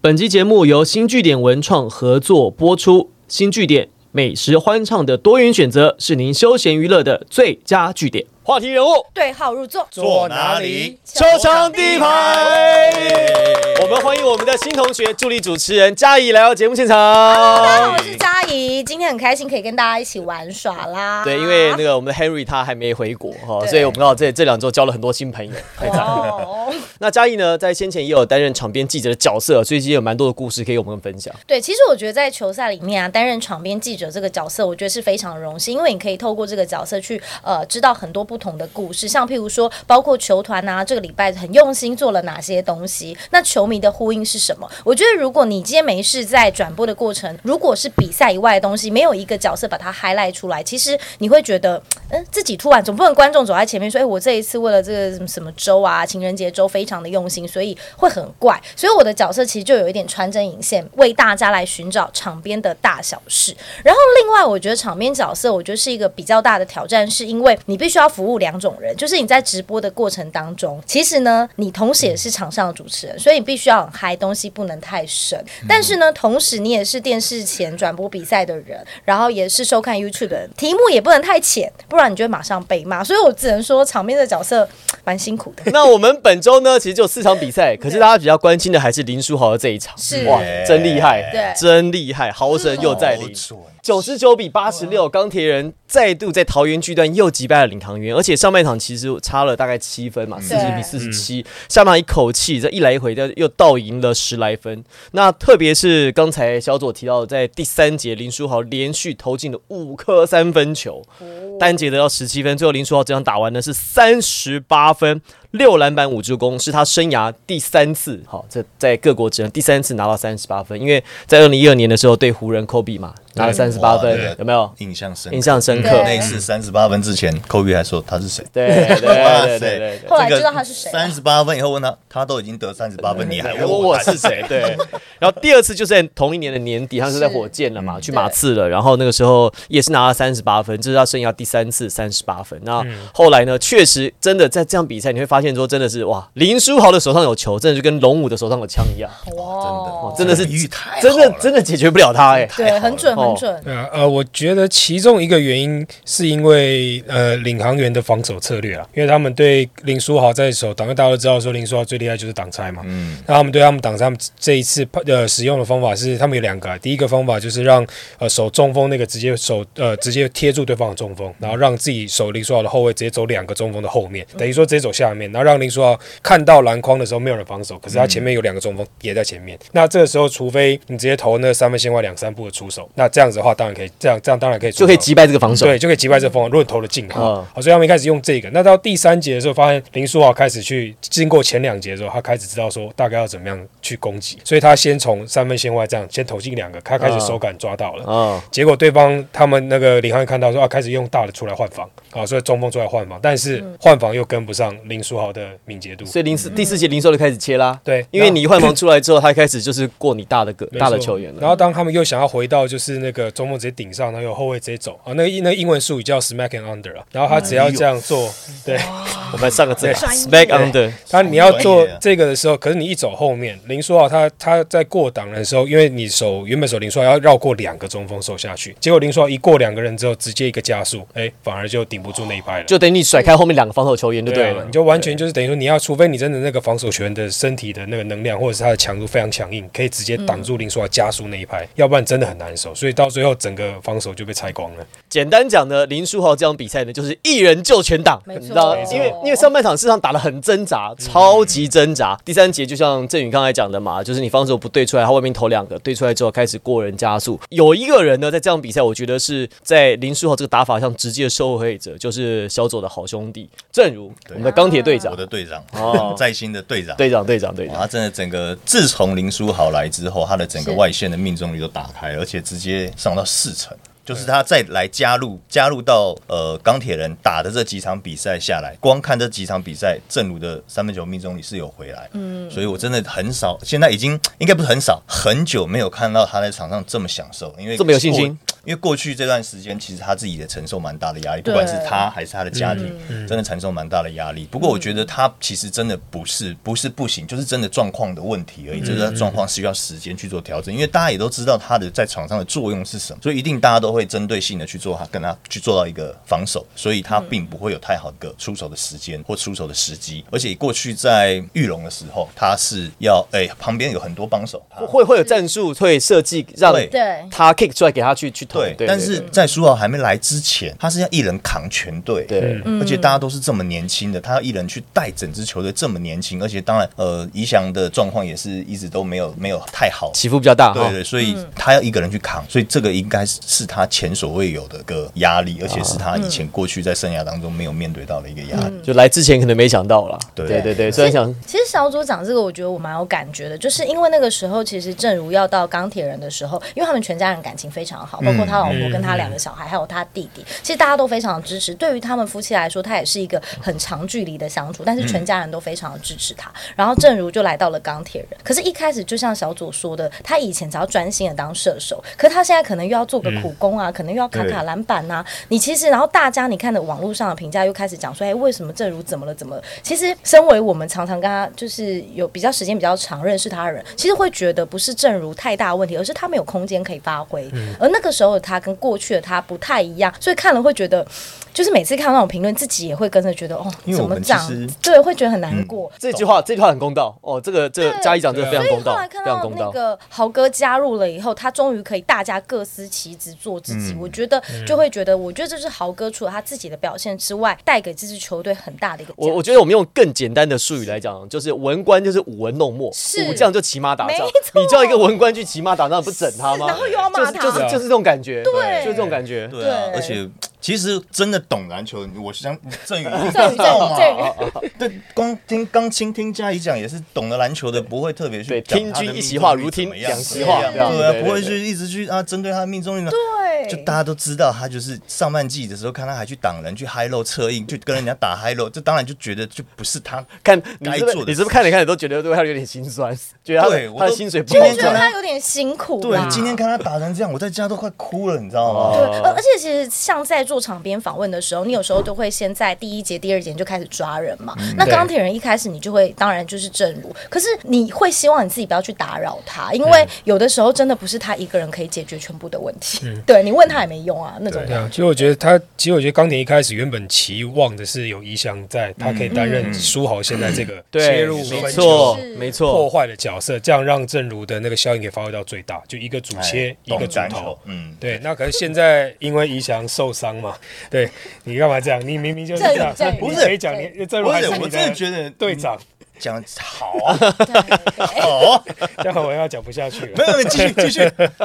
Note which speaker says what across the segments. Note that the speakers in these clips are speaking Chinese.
Speaker 1: 本期节目由新据点文创合作播出。新据点美食欢唱的多元选择，是您休闲娱乐的最佳据点。话题人物，
Speaker 2: 对号入座，
Speaker 3: 坐哪里？
Speaker 1: 球场第一排。我们欢迎我们的新同学、助理主持人嘉怡来到节目现
Speaker 2: 大家好，
Speaker 1: 场
Speaker 2: 哎我。是佳怡，今天很开心可以跟大家一起玩耍啦。
Speaker 1: 对，因为那个我们的 Henry 他还没回国哈，
Speaker 2: 对
Speaker 1: 所以我们刚好这这两周交了很多新朋友。太惨了
Speaker 2: 哦，
Speaker 1: 那嘉义呢，在先前也有担任场边记者的角色，所以其实有蛮多的故事可以跟我们分享。
Speaker 2: 对，其实我觉得在球赛里面啊，担任场边记者这个角色，我觉得是非常荣幸，因为你可以透过这个角色去呃知道很多不同的故事，像譬如说，包括球团啊，这个礼拜很用心做了哪些东西，那球迷的呼应是什么？我觉得如果你今天没事在转播的过程，如果是比赛以外的东西，没有一个角色把它 highlight 出来，其实你会觉得，嗯，自己突然总不能观众走在前面说，哎、我这一次为了这个什么什么周啊，情人节周非常的用心，所以会很怪。所以我的角色其实就有一点穿针引线，为大家来寻找场边的大小事。然后另外，我觉得场边角色，我觉得是一个比较大的挑战，是因为你必须要服务两种人，就是你在直播的过程当中，其实呢，你同时也是场上的主持人，所以你必须要很嗨，东西不能太深。但是呢，同时你也是电视前转播比赛的人，然后也是收看 YouTube 的人，题目也不能太浅，不然你就会马上被骂。所以我只能说，场边的角色蛮辛苦的。
Speaker 1: 那我们本周呢，其实就有四场比赛，可是大家比较关心的还是林书豪的这一场。
Speaker 2: 是
Speaker 1: 哇，真厉害
Speaker 2: 对，
Speaker 1: 真厉害，豪神又再临。
Speaker 3: 准
Speaker 1: 九十九比八十六，钢铁人再度在桃园巨蛋又击败了领航员，而且上半场其实差了大概七分嘛，四十比四十七，下半场一口气这一来一回的又倒赢了十来分。那特别是刚才小左提到，在第三节林书豪连续投进了五颗三分球，单节得到十七分，最后林书豪这场打完呢是三十八分。六篮板五助攻是他生涯第三次，好，这在各国职能第三次拿到三十八分，因为在二零一二年的时候对湖人科比嘛拿了三十八
Speaker 3: 哇对
Speaker 1: 分，有没有？
Speaker 3: 印象深刻，
Speaker 1: 印象深刻
Speaker 2: 对
Speaker 3: 那一次三十八分之前，科比还说他是谁。
Speaker 1: 对对对对对对对
Speaker 2: 后来知道他是谁了啊
Speaker 3: 三十八分以后问他，他都已经得三十八分，你还
Speaker 1: 对，
Speaker 3: 问
Speaker 1: 我
Speaker 3: 哎我
Speaker 1: 我是？谁？对。然后第二次就是在同一年的年底，他是在火箭了嘛，去马刺了。然后那个时候也是拿了三十八分，这是他生涯第三次三十八分。那后来呢，确实真的在这样比赛，你会发现说，真的是哇，林书豪的手上有球，真的就跟龙武的手上有枪一样，
Speaker 2: 哇
Speaker 1: 真的是
Speaker 3: 比喻太好了
Speaker 1: 真的真的解决不了他哎、
Speaker 2: 对，很准，很准。
Speaker 4: 对啊，呃，我觉得其中一个原因是因为呃，领航员的防守策略啊，因为他们对林书豪在守挡，因为大家都知道说林书豪最厉害就是挡拆嘛。嗯，那他们对他们挡拆，他们这一次呃使用的方法是，他们有两个啊、第一个方法就是让呃守中锋那个直接守呃直接贴住对方的中锋，然后让自己守林书豪的后卫直接走两个中锋的后面，等于说直接走下面，然后让林书豪看到篮筐的时候没有人防守，可是他前面有两个中锋也在前面，那这个时候除非你直接投那三分线外两三步的出手，那这样子的话当然可以，这样这样当然可以出手
Speaker 1: 就可以击败这个防守。
Speaker 4: 对，就可以击败这风。如果你投的进的话，
Speaker 1: 嗯
Speaker 4: 好，所以他们一开始用这个。那到第三节的时候，发现林书豪开始去，经过前两节的时候，他开始知道说大概要怎么样去攻击，所以他先从三分线外这样先投进两个，他开始手感抓到了。
Speaker 1: 啊、
Speaker 4: 结果对方他们那个林汉看到说啊，开始用大的出来换防啊，所以中锋出来换防，但是
Speaker 3: 嗯
Speaker 4: 换防又跟不上林书豪的敏捷度，
Speaker 1: 所以零四第四节零售就开始切啦。
Speaker 4: 对
Speaker 1: 因为你换防出来之后，他开始就是过你大的个
Speaker 4: 没错
Speaker 1: 大的球员啊了。
Speaker 4: 然后当他们又想要回到就是那个中锋直接顶上，然后有后卫直接走啊，那个那个英文术语叫 smack and under 啊，然后他只要这样
Speaker 3: 哎
Speaker 4: 做，对。
Speaker 1: 我们上个字
Speaker 4: 对
Speaker 1: ，back under，
Speaker 4: 他你要
Speaker 3: 哦专
Speaker 4: 做
Speaker 3: 业啊
Speaker 4: 这个的时候，可是你一走后面，林书豪他他在过挡的时候，因为你手原本手林书豪要绕过两个中锋手下去，结果林书豪一过两个人之后，直接一个加速，哎、反而就顶不住那一拍了。
Speaker 1: 就等于你甩开后面两个防守球员就
Speaker 4: 对
Speaker 1: 对
Speaker 4: 啊
Speaker 1: 了，
Speaker 4: 你。就完全就是等于说，你要除非你真的那个防守球员的身体的那个能量或者是他的强度非常强硬，可以直接挡住林书豪加速那一拍，要不然真的很难守。所以到最后整个防守就被拆光了。
Speaker 1: 简单讲呢，林书豪这场比赛呢，就是一人救全党，
Speaker 2: 没
Speaker 1: 你
Speaker 2: 错
Speaker 1: 知道，
Speaker 2: 没错
Speaker 1: 因为因为上半场事实上打得很挣扎，超级挣扎。第三节就像郑宇刚才讲的嘛，就是你防守不对出来，他外面投两个，对出来之后开始过人加速。有一个人呢，在这场比赛，我觉得是在林书豪这个打法上直接的受惠者，就是小左的好兄弟正如我们的钢铁队长
Speaker 3: 我，的队长
Speaker 1: 哦，
Speaker 3: 在新的队长。
Speaker 1: 队长队长队
Speaker 3: 哇，
Speaker 1: 长，
Speaker 3: 他真的整个自从林书豪来之后，他的整个
Speaker 2: 是
Speaker 3: 外线的命中率都打开，而且直接上到四成。就是他再来加入加入到呃钢铁人打的这几场比赛下来，光看这几场比赛，正如的三分球命中率是有回来，嗯，所以我真的很少，现在已经应该不是很少，很久没有看到他在场上这么享受，因为
Speaker 1: 这么有信心
Speaker 3: 过，因为过去这段时间，其实他自己也承受蛮大的压力，
Speaker 2: 对
Speaker 3: 不管是他还是他的家庭，真的承受蛮大的压力。不过我觉得他其实真的不是不是不行，就是真的状况的问题而已，就是他状况需要时间去做调整。因为大家也都知道他的在场上的作用是什么，所以一定大家都会针对性的去做他跟他去做到一个防守，所以他并不会有太好的出手的时间或出手的时机。而且过去在玉龙的时候，他是要哎、旁边有很多帮手，他
Speaker 1: 会会有战术会设计让
Speaker 3: 对
Speaker 2: 对
Speaker 1: 他 kick 出来给他去去投，
Speaker 3: 对，但是在苏豪还没来之前，他是要一人扛全队，
Speaker 4: 嗯
Speaker 1: 对
Speaker 3: 而且大家都是这么年轻的，他要一人去带整支球队，这么年轻，而且当然，呃，怡翔的状况也是一直都没有没有太好，
Speaker 1: 起伏比较大
Speaker 3: 对
Speaker 1: 哈。
Speaker 3: 对，所以他要一个人去扛，所以这个应该是是他前所未有的一个压力，而且是他以前过去在生涯当中没有面对到的一个压力。
Speaker 1: 就来之前可能没想到啦。
Speaker 3: 对
Speaker 1: 对对对，
Speaker 2: 其实
Speaker 1: 虽然想
Speaker 2: 其实小组长这个，我觉得我蛮有感觉的，就是因为那个时候，其实正如要到钢铁人的时候，因为他们全家人感情非常
Speaker 1: 嗯
Speaker 2: 好，包括他老婆跟他两个小孩，还有他弟弟，其实大家都非常支持。对于他们夫妻来说，他也是一个很长距离的相处，但是全家人都非常支持他。然后正如就来到了钢铁人，可是，一开始就像小左说的，他以前只要专心的当射手，可是他现在可能又要做个
Speaker 1: 嗯
Speaker 2: 苦工啊，可能又要卡
Speaker 3: 嗯
Speaker 2: 卡篮板呐、你其实，然后大家你看的网络上的评价又开始讲说，哎，为什么正如怎么了怎么了？其实，身为我们常常跟他就是有比较时间比较长认识他的人，其实会觉得不是正如太大的问题，而是他没有空间可以发挥。
Speaker 3: 嗯
Speaker 2: 而那个时候的他跟过去的他不太一样，所以看了会觉得，就是每次看到那种评论，自己也会跟着觉得，哦，
Speaker 3: 因为
Speaker 2: 怎
Speaker 3: 我
Speaker 2: 么
Speaker 3: 们
Speaker 2: 长
Speaker 3: 其实？嗯
Speaker 2: 对，会觉得很难过。
Speaker 1: 这句话这句话很公道哦，这个这个
Speaker 2: 对啊
Speaker 1: 嘉义讲这个非常
Speaker 2: 所以
Speaker 1: 公
Speaker 2: 后
Speaker 1: 道
Speaker 2: 来，看
Speaker 1: 非常
Speaker 2: 到
Speaker 1: 公
Speaker 2: 那
Speaker 1: 道。
Speaker 2: 个豪哥加入了以后，他终于可以大家各司其职做自己，我觉得就会觉得，我觉得这是豪哥除了他自己的表现之外，带给这支球队很大的一个价值。
Speaker 1: 我我觉得我们用更简单的术语来讲，就是文官就是舞文弄墨，
Speaker 2: 是
Speaker 1: 武将就骑马打仗
Speaker 2: 没。错
Speaker 1: 你叫一个文官去骑马打仗，不整他吗？
Speaker 2: 然后又
Speaker 1: 就
Speaker 2: 要骂
Speaker 1: 是
Speaker 2: 他，
Speaker 1: 就是就是这种感觉，
Speaker 2: 对
Speaker 1: 就是这种感觉。
Speaker 3: 对啊，
Speaker 2: 对
Speaker 3: 而且其实真的懂篮球，我想郑宇
Speaker 2: 郑宇
Speaker 3: 知道嘛
Speaker 2: 郑宇，
Speaker 3: 对，光听刚倾听嘉怡讲也是懂得篮球的，不会特别
Speaker 1: 对
Speaker 3: 去讲
Speaker 1: 听
Speaker 3: 他的
Speaker 1: 君一
Speaker 3: 命
Speaker 1: 席
Speaker 3: 中
Speaker 1: 话
Speaker 3: 率
Speaker 1: 如
Speaker 3: 怎
Speaker 1: 听
Speaker 3: 么样
Speaker 1: 两席
Speaker 3: 对
Speaker 2: 话
Speaker 3: 啊
Speaker 2: 这样
Speaker 3: 对啊
Speaker 1: 对，对
Speaker 3: 不会
Speaker 1: 对
Speaker 3: 去一直去啊针对他的命中率呢。
Speaker 2: 对，
Speaker 3: 就大家都知道，他就是上半季的时候，看他还去挡人、去 high low 侧应，去跟人家打 high low，这当然就觉得就不是他
Speaker 1: 看你是不
Speaker 3: 该
Speaker 1: 是
Speaker 3: 做的
Speaker 1: 你是不是看了看了都觉得对他有点心酸，觉得他
Speaker 3: 对
Speaker 1: 的
Speaker 3: 我
Speaker 1: 他的
Speaker 3: 都
Speaker 1: 薪水不
Speaker 3: 今
Speaker 1: 好
Speaker 3: 天
Speaker 2: 觉得
Speaker 3: 看
Speaker 1: 赚。
Speaker 2: 他有点辛苦啦。
Speaker 3: 对，今天看他打成这样，我在家都快哭了，你知道吗？
Speaker 2: 对，而而且其实像在做场边访问的时候，你有时候都会先在第一节、第二节你就开始抓人嘛。那钢铁人一开始你就会，当然就是正如，可是你会希望你自己不要去打扰他，因为有的时候真的不是他一个人可以解决全部的问题。对你问他也没用啊，那种
Speaker 4: 对啊，其实我觉得他，其实我觉得钢铁一开始原本期望的是有怡翔在，他可以担任苏豪现在这个切
Speaker 1: 对，
Speaker 4: 入
Speaker 1: 没
Speaker 4: 分
Speaker 1: 错
Speaker 4: 球
Speaker 2: 是，
Speaker 1: 没
Speaker 4: 破
Speaker 1: 错。
Speaker 4: 坏的角色，这样让正如的那个效应给发挥到最大，就一个主切
Speaker 3: 哎，
Speaker 4: 一个
Speaker 3: 懂
Speaker 4: 主
Speaker 3: 篮
Speaker 4: 投
Speaker 3: 球。嗯，
Speaker 4: 对，那可是现在因为怡翔受伤嘛， 对你干嘛这样？你明明就是
Speaker 2: 正
Speaker 4: 这样
Speaker 2: 正，
Speaker 4: 你
Speaker 3: 不是
Speaker 4: 可以讲你正如
Speaker 3: 不
Speaker 4: 还
Speaker 3: 是
Speaker 4: 是，你
Speaker 3: 我真的觉得嗯
Speaker 4: 队长，
Speaker 3: 讲好啊，
Speaker 2: 对哎
Speaker 3: 好啊，
Speaker 4: 这样我要讲不下去 了
Speaker 3: 没。有没有，继续继续，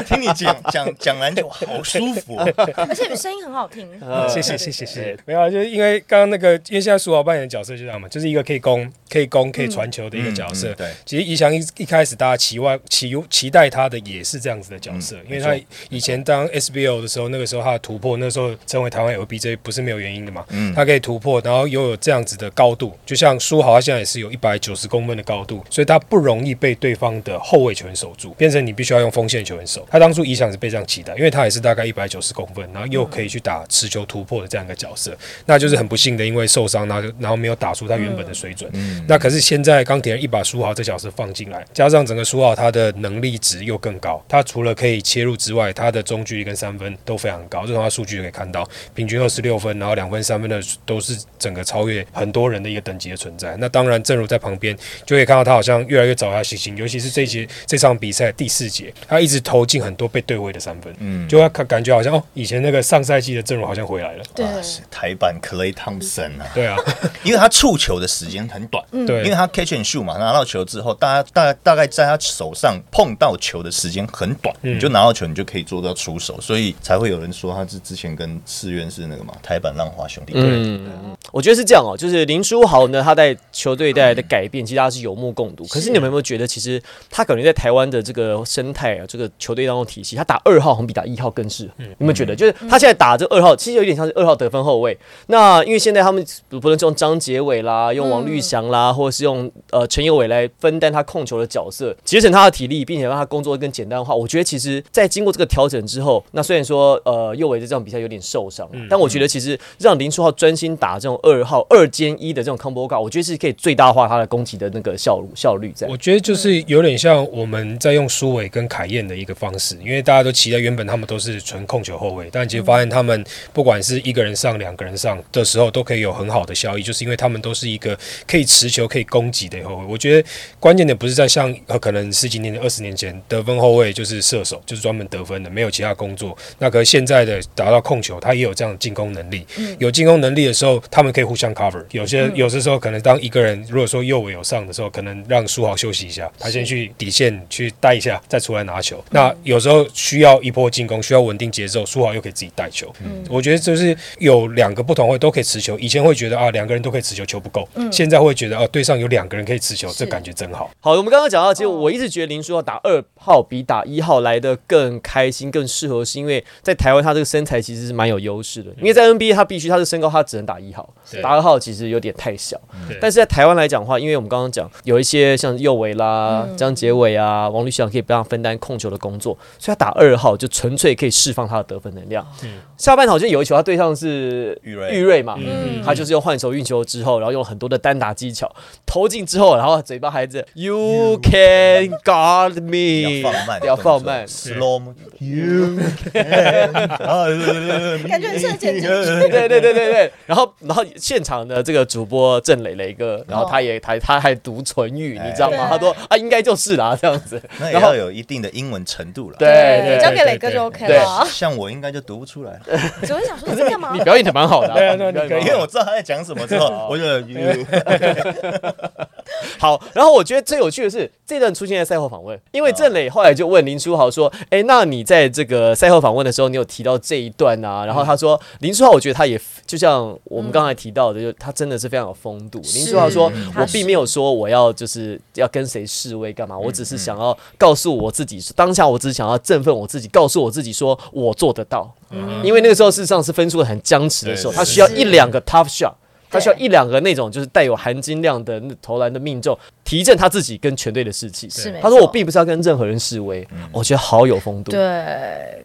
Speaker 3: 听你讲讲讲篮球好舒服哦，
Speaker 2: 而且声音很好听。
Speaker 1: 呃
Speaker 4: 谢谢谢谢谢谢，没有啊，就是因为刚刚那个，因为现在苏豪扮演的角色就这样嘛，就是一个可以攻、可以攻、可以传球的一个角
Speaker 3: 嗯
Speaker 4: 色。
Speaker 3: 嗯嗯对
Speaker 4: 其实怡翔一一开始大家期望、期期待他的也是这样子的角色，因为他
Speaker 3: 没
Speaker 4: 以前当 SBO 的时候，那个时候他的突破，那时候成为台湾 LBJ 不是没有原因的嘛。
Speaker 3: 嗯
Speaker 4: 他可以突破，然后又有这样子的高度，就像苏豪他现在也是有一百九十公分的高度，所以他不容易被对方的后卫球员守住，变成你必须要用锋线球员守。他当初一向是被这样期待，因为他也是大概一百九十公分，然后又可以去打持球突破的这样一个角色，那就是很不幸的，因为受伤，然后然后没有打出他原本的水准。那可是现在钢铁人一把苏豪这角色放进来，加上整个苏豪他的能力值又更高，他除了可以切入之外，他的中距离跟三分都非常高，这从他数据就可以看到，平均二十六分，然后两分三分的都是整个超越很多人的一个等级的存在。那当然，正如在旁边就可以看到他好像越来越找他信心，尤其是这一节这场比赛第四节，他一直投进很多被对位的三分，嗯，就他感感觉好像哦，以前那个上赛季的阵容好像回来了。
Speaker 2: 对，
Speaker 3: 啊是台版 Clay Thompson 啊，
Speaker 4: 对啊，
Speaker 3: 因为他触球的时间很短，嗯，
Speaker 4: 对
Speaker 3: 因为他 catch and shoot 嘛，拿到球之后，大家大大概在他手上碰到球的时间很短，你就拿到球，你就可以做到出手，所以才会有人说他是之前跟世渊是那个嘛台版浪花兄弟，对，
Speaker 1: 嗯，我觉得是这样哦，就是林书豪呢，他在球队带来的改变，其实大家是有目共睹。可是你们有没有觉得，其实他可能在台湾的这个生态啊，这个球队当中体系，他打二号好像比打一号更适合。你有没有觉得，就是他现在打这二号，其实有点像是二号得分后卫。那因为现在他们不论是用张杰伟啦，用王绿翔啦，或者是用呃陈友伟来分担他控球的角色，节省他的体力，并且让他工作更简单化。我觉得其实，在经过这个调整之后，那虽然说呃右伟在这场比赛有点受伤，但我觉得其实让林书豪专心打这种二号二兼一的这种 combo guard，我觉得是可以最大化他的攻击的那个效效率在。
Speaker 4: 我觉得就是有点像我们在用苏伟跟凯燕的一个方式，因为大家都期待原本他们都是纯控球后卫，但其实发现他们不管是一个人上、两个人上的时候，都可以有很好的效益，就是因为他们都是一个可以持球、可以攻击的后卫。我觉得关键点不是在像呃可能十几年、二十年前得分后卫就是射手，就是专门得分的，没有其他工作。那可是现在的达到控球，他也有这样的进攻能力。有进攻能力的时候，他们可以互相 cover。有些有的时候可能当一个人如果说右尾有上的时候，可能让苏豪休息一下，他先去底线去带一下，再出来拿球。那有时候需要一波进攻，需要稳定节奏，苏豪又可以自己带球。我觉得就是有两个不同会都可以持球。以前会觉得啊两个人都可以持球，球不够。现在会觉得哦、对上有两个人可以持球，这感觉真好。
Speaker 1: 好，我们刚刚讲到，其实
Speaker 4: 哦
Speaker 1: 我一直觉得林书豪打二号比打一号来的更开心、更适合，是因为在台湾他这个身材其实是蛮有优势的，因为在 NBA 他必须他的身高他只能打一号，
Speaker 4: 嗯对
Speaker 1: 打二号其实有点太小
Speaker 4: 对。
Speaker 1: 但是在台湾来讲的话，因为我们刚刚讲有一些像右维啦、
Speaker 4: 嗯
Speaker 1: 张杰伟啊、王律翔可以帮他分担控球的工作，所以他打二号就纯粹可以释放他的得分能量。
Speaker 4: 嗯
Speaker 1: 下半场就有一球，他对上是
Speaker 3: 玉瑞
Speaker 1: 玉瑞嘛，
Speaker 2: 嗯
Speaker 1: 他就是用换手运球之后，然后用很多的单打技巧投进之后，然后嘴巴还是 You can guard me，
Speaker 3: 要放慢，
Speaker 1: 要放慢。
Speaker 3: ，slow you，感
Speaker 2: 感觉很适合剪辑
Speaker 1: 对对对对对，然后然后现场的这个主播郑磊磊哥，然后他也他他还读唇语，你知道吗？
Speaker 2: 哎
Speaker 1: 他说啊，应该就是啦，这样子。
Speaker 3: 那也
Speaker 1: 然后
Speaker 3: 要有一定的英文程度了。
Speaker 1: 对对
Speaker 2: 交
Speaker 1: 对，
Speaker 2: 给磊哥就 OK
Speaker 1: 对
Speaker 2: 了。
Speaker 3: 像我应该就读不出来，
Speaker 2: 只会想说你在干嘛
Speaker 1: 你？表演的蛮好的啊，
Speaker 4: 对啊对啊你可 以
Speaker 3: 因为我知道他在讲什么之
Speaker 1: 哦
Speaker 3: 后，我就呃
Speaker 1: 好，然后我觉得最有趣的是这段出现在赛后访问，因
Speaker 3: 啊
Speaker 1: 为郑磊后来就问林书豪说：“哎，那你在这个赛后访问的时候，你有提到这一段啊？”然后他说：“林书豪，我觉得他也就像我们刚才提到的，就他真的是非常有风度。”林书豪说：“
Speaker 2: 他
Speaker 1: 我
Speaker 2: 是
Speaker 1: 并没有说我要就是要跟谁示威干嘛，
Speaker 3: 嗯
Speaker 1: 我只是想要告诉我自己，当下我只想要振奋我自己，告诉我自己说我做得到。”因为那个时候事实上是分数很僵持的时候，
Speaker 3: 嗯对
Speaker 1: 他
Speaker 3: 是
Speaker 1: 需要一两个 tough shot。他需要
Speaker 2: 对
Speaker 1: 一两个那种就是带有含金量的那投篮的命中，提振他自己跟全队的士气。
Speaker 2: 是没
Speaker 1: 他说
Speaker 2: 错嗯
Speaker 1: 我并不是要跟任何人示威，我觉得好有风度。
Speaker 2: 对，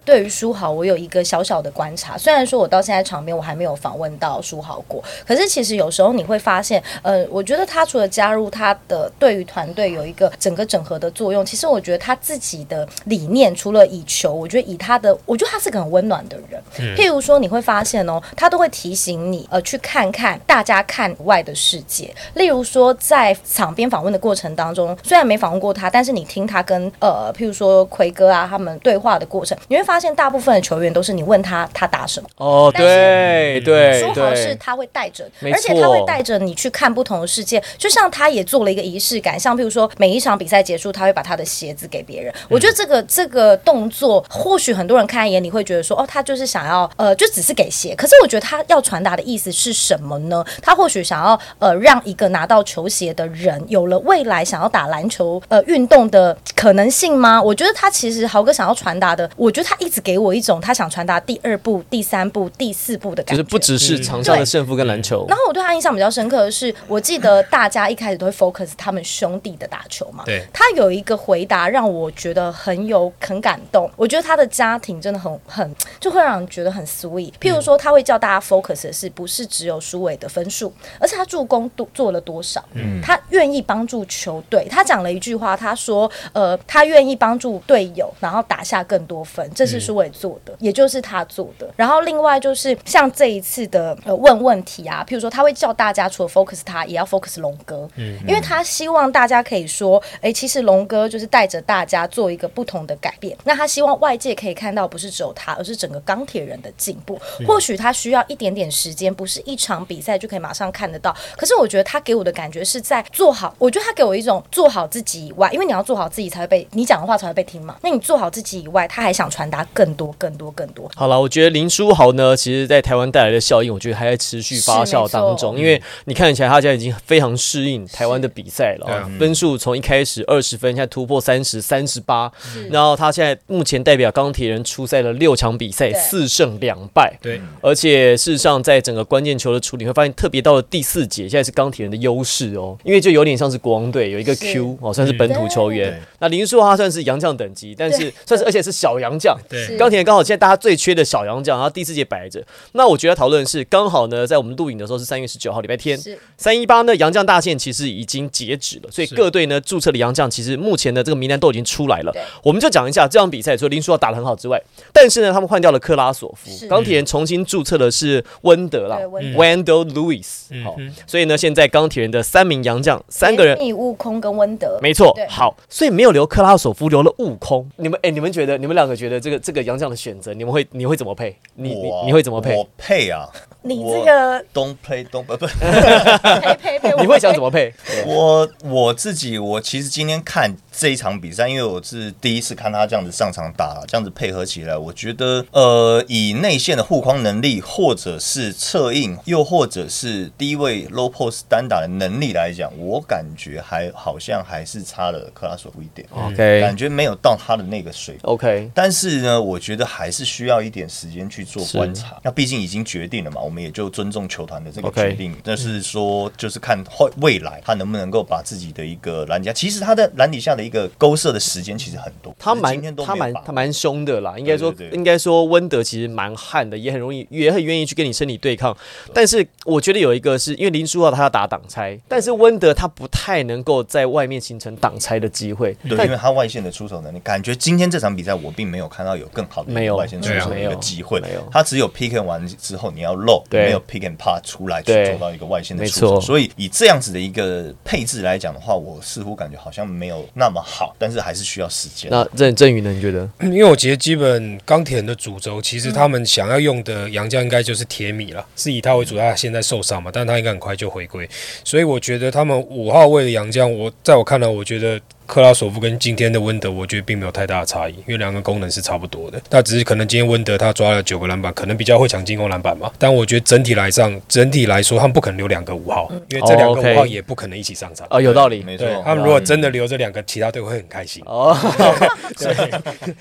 Speaker 2: 对于书豪，我有一个小小的观察。虽然说我到现在场边我还没有访问到书豪过，可是其实有时候你会发现，呃，我觉得他除了加入他的对于团队有一个整个整合的作用，其实我觉得他自己的理念除了以球，我觉得以他的，我觉得他是个很温暖的人。譬如说，你会发现哦，他都会提醒你，呃，去看看大家看外的世界。例如说，在场边访问的过程当中，虽然没访问过他，但是你听他跟呃，譬如说奎哥啊他们对话的过程，你会发现大部分的球员都是你问他他打什么，
Speaker 1: 哦，对对
Speaker 2: 说好是
Speaker 1: 对，
Speaker 2: 他会带着，
Speaker 1: 没
Speaker 2: 而且他会
Speaker 1: 错
Speaker 2: 带着你去看不同的世界。就像他也做了一个仪式感，像譬如说每一场比赛结束，他会把他的鞋子给别人。我觉
Speaker 1: 嗯
Speaker 2: 得这个这个动作，或许很多人看在眼里会觉得说，哦，他就是想要呃，就只是给鞋。可是我觉得他要传达的意思是什么呢？他或许想要呃，让一个拿到球鞋的人有了未来想要打篮球呃运动的可能性吗？我觉得他其实豪哥想要传达的，我觉得他一直给我一种他想传达第二步、第三步、第四步的
Speaker 1: 就
Speaker 2: 感觉，
Speaker 1: 是不只是场上的胜负跟篮球
Speaker 2: 然。后我对他印象比较深刻的是，我记得大家一开始都会 focus 他们兄弟的打球嘛。
Speaker 4: 对
Speaker 2: 他有一个回答让我觉得很有很感动。我觉得他的家庭真的很很，就会让人觉得很 sweet。譬如说，他会叫大家 focus 的是不是只有苏伟的分数，而是他助攻多做了多少。嗯，他愿意帮助球队。他讲了一句话，他说：“呃，他愿意帮助队友，然后打下更多分。”这是苏伟做的，也就是他做的。然后另外就是像这一次的呃问问题啊，譬如说他会叫大家除了 focus 他，也要 focus 龙哥，因为他希望大家可以说，哎，其实龙哥就是带着大家做一个不同的改变。那他希望外界可以看到，不是只有他，而是整个钢铁人的进步。或许他需要一点点时间，不是一场比赛就可以马上看得到。可是我觉得他给我的感觉是在做好，我觉得。觉得他给我一种做好自己以外，因为你要做好自己才会被你讲的话才会被听嘛。那你做好自己以外，他还想传达更多、更多、更多。
Speaker 1: 好了，我觉得林书豪呢，其实在台湾带来的效应，我觉得还在持续发
Speaker 2: 是没
Speaker 1: 酵
Speaker 2: 错
Speaker 1: 当中。因为你看起来他家已经非常适应台湾的比赛了
Speaker 4: 对
Speaker 1: 哦
Speaker 4: 啊，
Speaker 1: 分数从一开始二十分，现在突破三十三十八，然后他现在目前代表钢铁人出赛了六场比赛，
Speaker 2: 对
Speaker 1: 四胜两败。
Speaker 4: 对，
Speaker 1: 而且事实上，在整个关键球的处理，你会发现特别到了第四节，现在是钢铁人的优势哦，因为就有点像是国王队有一个
Speaker 2: 是
Speaker 1: Q 哦，算是本土球员
Speaker 3: 对。
Speaker 1: 那林书豪他算是洋将等级，但是算是而且是小洋将。
Speaker 4: 对
Speaker 2: 是
Speaker 1: 钢铁人刚好现在大家最缺的小洋将，然后第四节摆着。那我觉得讨论的是刚好呢，在我们录影的时候是三月十九号礼拜天，
Speaker 2: 是
Speaker 1: 三一八呢洋将大限其实已经截止了，所以
Speaker 4: 是
Speaker 1: 各队呢注册的洋将其实目前的这个名单都已经出来了
Speaker 2: 对。
Speaker 1: 我们就讲一下这场比赛，除了林书豪打得很好之外，但是呢他们换掉了克拉索
Speaker 2: 是
Speaker 1: 夫，钢铁人重新注册的是温德啦
Speaker 2: 对温德
Speaker 1: ，Wendell
Speaker 2: 嗯
Speaker 1: Lewis。好，所以呢现在钢铁人的三名洋将三个人。
Speaker 2: 你悟空跟温德，
Speaker 1: 没错
Speaker 2: 对，
Speaker 1: 好，所以没有留克拉索夫，留了悟空。你们哎、你们觉得你们两个觉得这个这个洋将的选择，你们会你会怎么配？你你
Speaker 3: 我啊
Speaker 1: 你会怎么配？
Speaker 3: 我配啊，
Speaker 2: 你 这个
Speaker 3: Don't play Don't 不不，
Speaker 2: 呸呸呸，
Speaker 1: 你会想怎么配？
Speaker 3: 我我自己我其实今天看这一场比赛，因为我是第一次看他这样子上场打，这样子配合起来，我觉得呃，以内线的护框能力，或者是策应，又或者是低位 low post 单打的能力来讲，我感觉还好像还是差了克拉索夫一点，感
Speaker 1: 哦 OK
Speaker 3: 觉没有到他的那个水平。
Speaker 1: OK，
Speaker 3: 但是呢，我觉得还是需要一点时间去做观察。那毕竟已经决定了嘛，我们也就尊重球团的这个
Speaker 1: OK
Speaker 3: 决定。但是说，就是看后未来他能不能够把自己的一个篮底下，其实他的篮底下的一个勾射的时间其实很多，
Speaker 1: 他
Speaker 3: 只是今天
Speaker 1: 蛮
Speaker 3: 都
Speaker 1: 他
Speaker 3: 没有
Speaker 1: 蛮
Speaker 3: 把握
Speaker 1: 他蛮凶的啦，应该说
Speaker 3: 对对对
Speaker 1: 应该说温德其实蛮悍的，也很容易也很愿意去跟你身体对抗。但是我觉得有一个是因为林书豪他要打挡拆，但是温德他不太能够在外面形成挡拆的机会。
Speaker 3: 对，因
Speaker 1: 但
Speaker 3: 为他外线的出手能力，感觉今天这场比赛我并没有看到有更好的
Speaker 1: 没有
Speaker 3: 外线出手的一
Speaker 1: 没
Speaker 3: 个
Speaker 1: 有
Speaker 3: 机会
Speaker 1: 没有，
Speaker 3: 他只有 pick and 完之后你要漏，
Speaker 1: 对
Speaker 3: 没有 pick and pass 出来去
Speaker 1: 对
Speaker 3: 做到一个外线的出
Speaker 1: 没错
Speaker 3: 手，所以以这样子的一个配置来讲的话，我似乎感觉好像没有那么好，但是还是需要时间。
Speaker 1: 那郑郑宇呢？你觉得？
Speaker 4: 因为我觉得基本钢铁人的主轴，其实他们想要用的洋将应该就是铁米了，是以他为主。他现在受伤嘛，但他应该很快就回归，所以我觉得他们五号位的洋将，我在我看来，我觉得。克拉索夫跟今天的温德，我觉得并没有太大的差异，因为两个功能是差不多的。那只是可能今天温德他抓了九个篮板，可能比较会抢进攻篮板嘛。但我觉得整体来上，整体来说，他们不可能留两个五号，因为这两
Speaker 1: 哦
Speaker 4: 个
Speaker 1: ，OK
Speaker 4: 五号也不可能一起上场。
Speaker 1: 啊，有道理。
Speaker 3: 没错
Speaker 4: 对，，他们如果真的留这两个，其他队会很开心。
Speaker 1: 嗯 哦，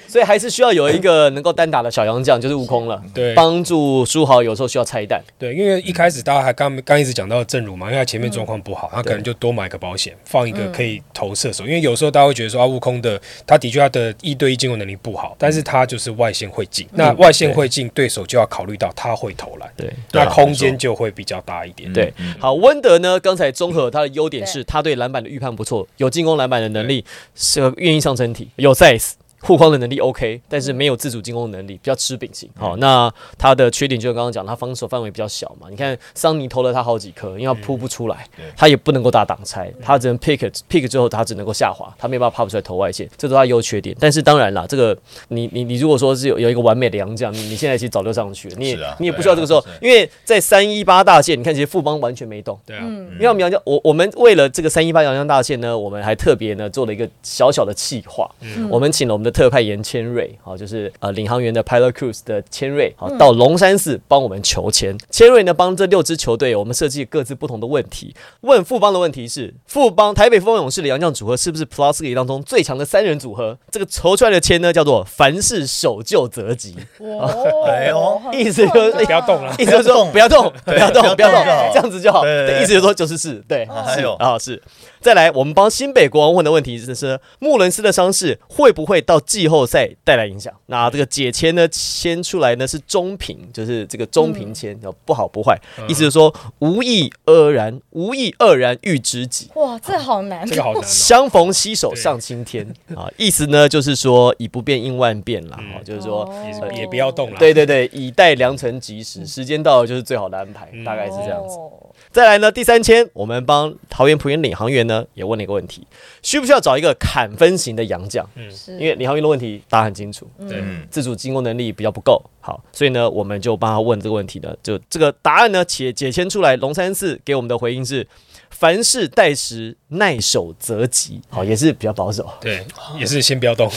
Speaker 1: 所以还是需要有一个能够单打的小洋将，就是悟空了，
Speaker 4: 对
Speaker 1: 帮助书豪有时候需要拆弹。
Speaker 4: 对，因为一开始大家还刚刚一直讲到正如嘛，因为他前面状况不好，他可能就多买个保险，放一个可以投射手。因为有时候大家会觉得说啊，悟空的他的确他的一对一进攻能力不好，但是他就是外线会进，那外线会进，对手就要考虑到他会投篮，
Speaker 1: 对。
Speaker 4: 那
Speaker 3: 对啊
Speaker 4: 空间就会比较大一点。
Speaker 1: 对，
Speaker 3: 嗯
Speaker 1: 好，温德呢？刚才综合他的优点是，他对篮板的预判不错，有进攻篮板的能力，是呃愿意上身体，有 size。护框的能力 OK，但是没有自主进攻能力，比较吃秉性。
Speaker 3: 嗯
Speaker 1: 好、那他的缺点就是刚刚讲，他防守范围比较小嘛。你看桑尼投了他好几颗，因为他
Speaker 3: 嗯
Speaker 1: 扑不出来，他也不能够打挡拆，他只能 pick pick 之后他只能够下滑，他没有办法 pop 出来投外线，这都是他优缺点。但是当然啦，这个你你你如果说是有有一个完美的洋将，你你现在其实早就上去了，你也、
Speaker 3: 是啊
Speaker 1: 你也不
Speaker 3: 对
Speaker 1: 需要
Speaker 3: 啊
Speaker 1: 这个时候
Speaker 3: 是，
Speaker 1: 因为在三一八大线，你看其实富邦完全没动。
Speaker 4: 对啊，
Speaker 3: 嗯
Speaker 1: 因为我们洋江，我我们为了这个三一八洋江大线呢，我们还特别呢做了一个小小的企划，
Speaker 3: 嗯
Speaker 1: 我们请了我们的特派员千瑞，好、就是呃领航员的 Pilot Cruise 的千瑞，好、到龙山寺帮我们求签。千瑞呢帮这六支球队，我们设计各自不同的问题。问富邦的问题是，富邦台北富邦勇士的洋将组合是不是 Plus League 当中最强的三人组合？这个筹出来的签呢叫做凡事守旧则吉，
Speaker 2: 哦
Speaker 3: 哎呦
Speaker 2: 很
Speaker 1: 意思就是
Speaker 2: 棒啊
Speaker 4: 哎不要动了
Speaker 1: 意思就是说不要动，不要动，不
Speaker 3: 不
Speaker 1: 要
Speaker 3: 要
Speaker 1: 动
Speaker 3: 动就好，
Speaker 1: 这样子就好。
Speaker 3: 对对对
Speaker 1: 对意思就是说就是是，对，
Speaker 3: 还
Speaker 1: 是
Speaker 3: 有
Speaker 1: 啊是。再来，我们帮新北国王问的问题是是穆伦斯的伤势会不会到季后赛带来影响？那这个解签呢，签出来呢是中平，就是这个中平签，叫不好不坏，意思就是说无意而然，无意而然欲知己。
Speaker 2: 哇，这好难，
Speaker 4: 这个好难、哦。
Speaker 1: 相逢携手上青天啊，意思呢就是说以不变应万变啦，哦就是说
Speaker 2: 哦
Speaker 4: 也是也不要动了。
Speaker 3: 嗯
Speaker 1: 对对对，以待良辰吉时，时间到了就是最好的安排，大概是这样子。
Speaker 2: 嗯哦
Speaker 1: 再来呢，第三签，我们帮桃园璞园领航员呢也问了一个问题，需不需要找一个砍分型的洋将？
Speaker 4: 嗯
Speaker 2: 是
Speaker 1: 因为领航员的问题答很清楚，
Speaker 4: 对，
Speaker 3: 嗯，
Speaker 1: 自主进攻能力比较不够。好，所以呢，我们就帮他问这个问题呢，就这个答案呢解解签出来，龙山寺给我们的回应是：凡事待时，耐守则吉。好，
Speaker 2: 嗯
Speaker 1: 也是比较保 守，
Speaker 4: 对，也是先不要动。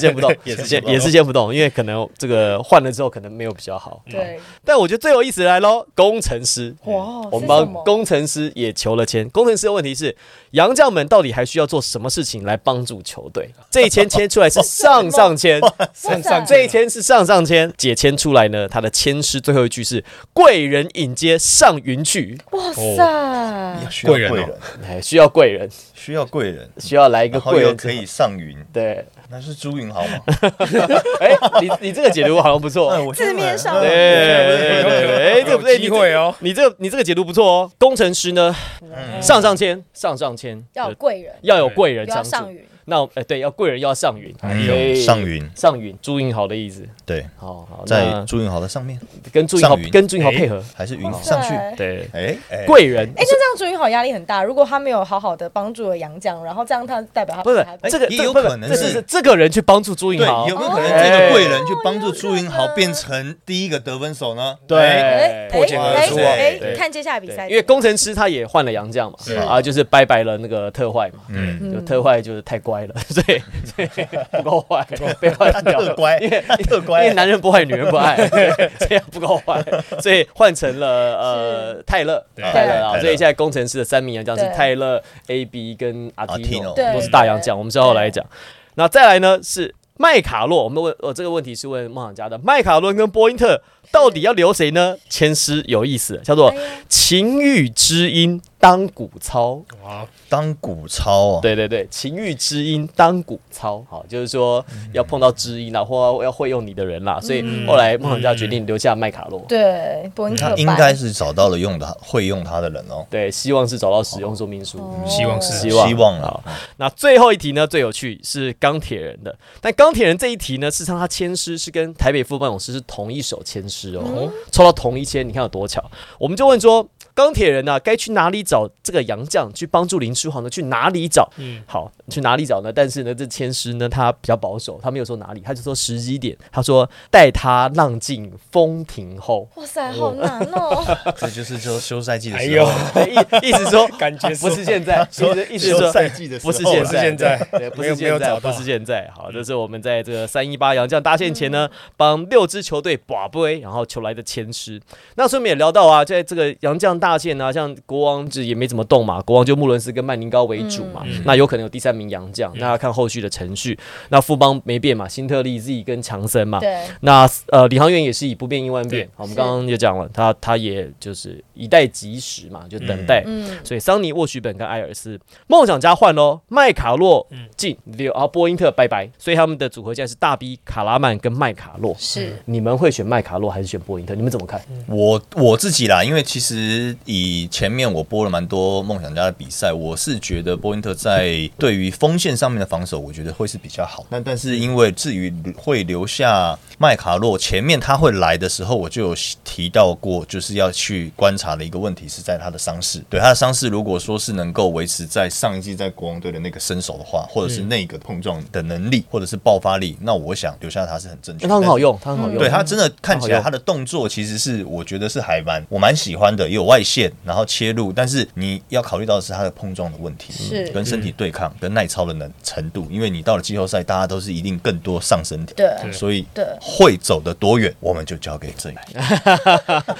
Speaker 1: 先不动，
Speaker 3: 也是
Speaker 1: 先
Speaker 3: 先不动
Speaker 1: 也是先不动，因为可能这个换了之后可能没有比较好。
Speaker 2: 对，
Speaker 1: 但我觉得最有意思的来喽，工程师。嗯
Speaker 4: 嗯
Speaker 2: 哇，
Speaker 1: 我们
Speaker 2: 是什
Speaker 1: 帮
Speaker 2: 么
Speaker 1: 工程师也求了签。工程师的问题是，杨将们到底还需要做什么事情来帮助球队？ 这一签签出来是上上签，
Speaker 2: 塞
Speaker 4: 上上
Speaker 1: 这一签是上上签，解签出来呢，他的签诗最后一句是“贵人引接上云去
Speaker 2: 哇塞，
Speaker 3: 要需要
Speaker 4: 贵
Speaker 3: 贵
Speaker 4: 人哦
Speaker 3: 人，”，
Speaker 1: 哎，需要贵人，
Speaker 3: 需要贵人，
Speaker 1: 需要来一个
Speaker 3: 然后
Speaker 1: 贵
Speaker 3: 又
Speaker 1: 人
Speaker 3: 可以上云，
Speaker 1: 对。
Speaker 3: 那是朱 云豪吗？
Speaker 1: 哎，你你这个解读好像不错，
Speaker 3: 哎我现在
Speaker 2: 字面上
Speaker 1: 对
Speaker 3: 哎
Speaker 1: 对对对对，哎，这个不对，
Speaker 4: 有机会哦
Speaker 1: 你这个你这个解读不错哦。工程师呢，
Speaker 2: 嗯
Speaker 1: 上上签，上上签，
Speaker 2: 要有贵人，
Speaker 1: 要有贵人
Speaker 2: 又要
Speaker 1: 相助
Speaker 2: 上云，
Speaker 1: 那哎、嗯对，要贵人要上云，
Speaker 4: 哎呦
Speaker 1: 所以
Speaker 3: 上云
Speaker 1: 上云，朱云豪的意思。
Speaker 3: 对，
Speaker 1: 好好，
Speaker 3: 在
Speaker 1: 在
Speaker 3: 朱云豪的上面
Speaker 1: 跟朱云豪
Speaker 3: 上云
Speaker 1: 跟朱云豪配合，
Speaker 3: 还是云
Speaker 2: 哇塞
Speaker 3: 上去？
Speaker 2: 哎，
Speaker 1: 对，
Speaker 3: 哎，哎
Speaker 1: 贵人。
Speaker 2: 那这样朱云好压力很大。如果他没有好好的帮助了杨绛，然后这样他代表他哎
Speaker 1: 不是
Speaker 2: 他
Speaker 1: 这个，
Speaker 3: 也
Speaker 1: 这个
Speaker 3: 有
Speaker 1: 不是
Speaker 3: 可能
Speaker 1: 这
Speaker 3: 是
Speaker 1: 是这个人去帮助朱云
Speaker 3: 对，
Speaker 1: 豪，
Speaker 3: 有没有可能
Speaker 1: 哎
Speaker 3: 这个贵人去帮助朱云豪变成第一个得分手呢？哎
Speaker 1: 对
Speaker 2: 哎
Speaker 1: 破茧而出
Speaker 3: 哎哎
Speaker 1: 哦
Speaker 3: 对
Speaker 2: 哎，看接下来比赛，
Speaker 1: 对，因为工程师他也换了洋将嘛，啊，就是拜拜了那个特坏嘛，
Speaker 3: 嗯，
Speaker 1: 就特坏就是太乖了，所以所以不够坏，被换
Speaker 3: 他
Speaker 1: 掉了
Speaker 3: 哎特。乖，
Speaker 1: 因为
Speaker 3: 他特
Speaker 1: 因
Speaker 3: 乖
Speaker 1: 为，哎男人不坏，女人不 爱，这样不够坏，所以换成了呃泰勒，
Speaker 4: 对
Speaker 1: 泰勒啊，
Speaker 3: 泰勒
Speaker 1: 所以现在工程师的三名洋啊将是
Speaker 2: 对
Speaker 1: 泰勒、A B 跟阿
Speaker 3: 阿
Speaker 1: 提
Speaker 3: 提
Speaker 1: 诺，
Speaker 3: 诺
Speaker 1: 都是大洋将，我们之后来讲。那再来呢是麦卡洛，我们问呃这个问题是问梦想家的，麦卡洛跟波因特到底要留谁呢？签诗有意思，叫做
Speaker 2: 哎呀
Speaker 1: 情欲之音当鼓操，
Speaker 4: 哇，
Speaker 3: 当古超哦，
Speaker 1: 对对对，情欲之音当鼓操，好，就是说要碰到知音啦，啊或要会用你的人啦，所以后来梦想家决定留下麦卡洛，
Speaker 2: 对伯恩特
Speaker 3: 他
Speaker 2: 版
Speaker 3: 应该是找到了用他会用他的人哦，
Speaker 1: 对，希望是找到使用说明书。
Speaker 2: 哦
Speaker 4: 希望是
Speaker 1: 希望
Speaker 3: 希望啊
Speaker 1: 好
Speaker 3: 了，
Speaker 1: 那最后一题呢，最有趣是钢铁人的，但钢铁人这一题呢，事实上他签诗是跟台北副办公室是同一手签诗哦，
Speaker 4: 嗯
Speaker 1: 抽到同一签，你看有多巧。我们就问说，钢铁人呢、该去哪里找这个杨将去帮助林书豪呢？去哪里找？
Speaker 4: 嗯
Speaker 1: 好，去哪里找呢？但是呢，这签诗呢，他比较保守，他没有说哪里，他就说时机点，他说带他浪尽风停后。
Speaker 2: 哇塞，好难 哦，
Speaker 3: 这就是就休赛季的
Speaker 4: 哎
Speaker 3: 时
Speaker 4: 呦
Speaker 3: 候，，
Speaker 1: 意意思说，
Speaker 4: 感觉
Speaker 1: 不是现在，意思意思
Speaker 3: 休
Speaker 1: 说
Speaker 3: 赛季的时
Speaker 1: 不
Speaker 3: 候啊
Speaker 1: 是现在，
Speaker 3: 啦
Speaker 4: 不是现在
Speaker 1: 对，对不
Speaker 4: 没
Speaker 1: 是
Speaker 4: 有没
Speaker 1: 现
Speaker 4: 有
Speaker 1: 在，
Speaker 4: 找
Speaker 1: 不
Speaker 4: 到嗯
Speaker 1: 是现在。好，这是我们在这个三一八洋将大线前呢，帮六支球队把杯，然后求来的签诗。那顺便也聊到啊，在这个洋将大线呢，像国王就也没怎么动嘛，国王就穆伦斯跟曼宁高为主嘛，
Speaker 4: 嗯
Speaker 1: 那有可能有第三名洋将，那要看后续的程序。那富邦没变嘛，辛特利 Z 跟强森嘛，
Speaker 2: 对，
Speaker 1: 那呃，李航员也是以不变应万变
Speaker 4: 对。
Speaker 1: 好我们
Speaker 2: 是
Speaker 1: 刚刚也讲了，他他也就是以待即时嘛，就等待。
Speaker 2: 嗯，
Speaker 1: 所以桑尼、沃许本跟埃尔斯，梦想家换喽，麦卡洛
Speaker 3: 嗯
Speaker 1: 进六，然后波因特拜拜。所以他们的组合现在是大 B 卡拉曼跟麦卡洛。嗯
Speaker 2: 是
Speaker 1: 你们会选麦卡洛还是选波因特？你们怎么看？
Speaker 3: 我我自己啦，因为其实以前面我播了蛮多梦想家的比赛，我是觉得波因特在对于锋线上面的防守，我觉得会是比较好。那但是因为至于会留下麦卡洛，前面他会来的时候，我就有提到过，就是要去观察的一个问题是在他的伤势。对他的伤势，如果说是能够维持在上一季在国王队的那个身手的话，或者
Speaker 1: 嗯
Speaker 3: 是那个碰撞的能力，或者是爆发力，那我想留下他是很正确
Speaker 1: 因为他很
Speaker 3: 的。但是
Speaker 1: 好用，他很好用。
Speaker 3: 嗯对他真的看起
Speaker 1: 好
Speaker 4: 哦
Speaker 3: 来
Speaker 1: 用
Speaker 3: 他的动作其实是我觉得是还蛮我蛮喜欢的，也有外线，然后切入，但是你要考虑到的是他的碰撞的问题，
Speaker 2: 是
Speaker 3: 跟身体对抗
Speaker 4: 嗯
Speaker 3: 跟耐操的能程度，因为你到了季后赛，大家都是一定更多上身体，
Speaker 2: 对
Speaker 3: 所以
Speaker 2: 对
Speaker 3: 会走得多远，我们就交给这里。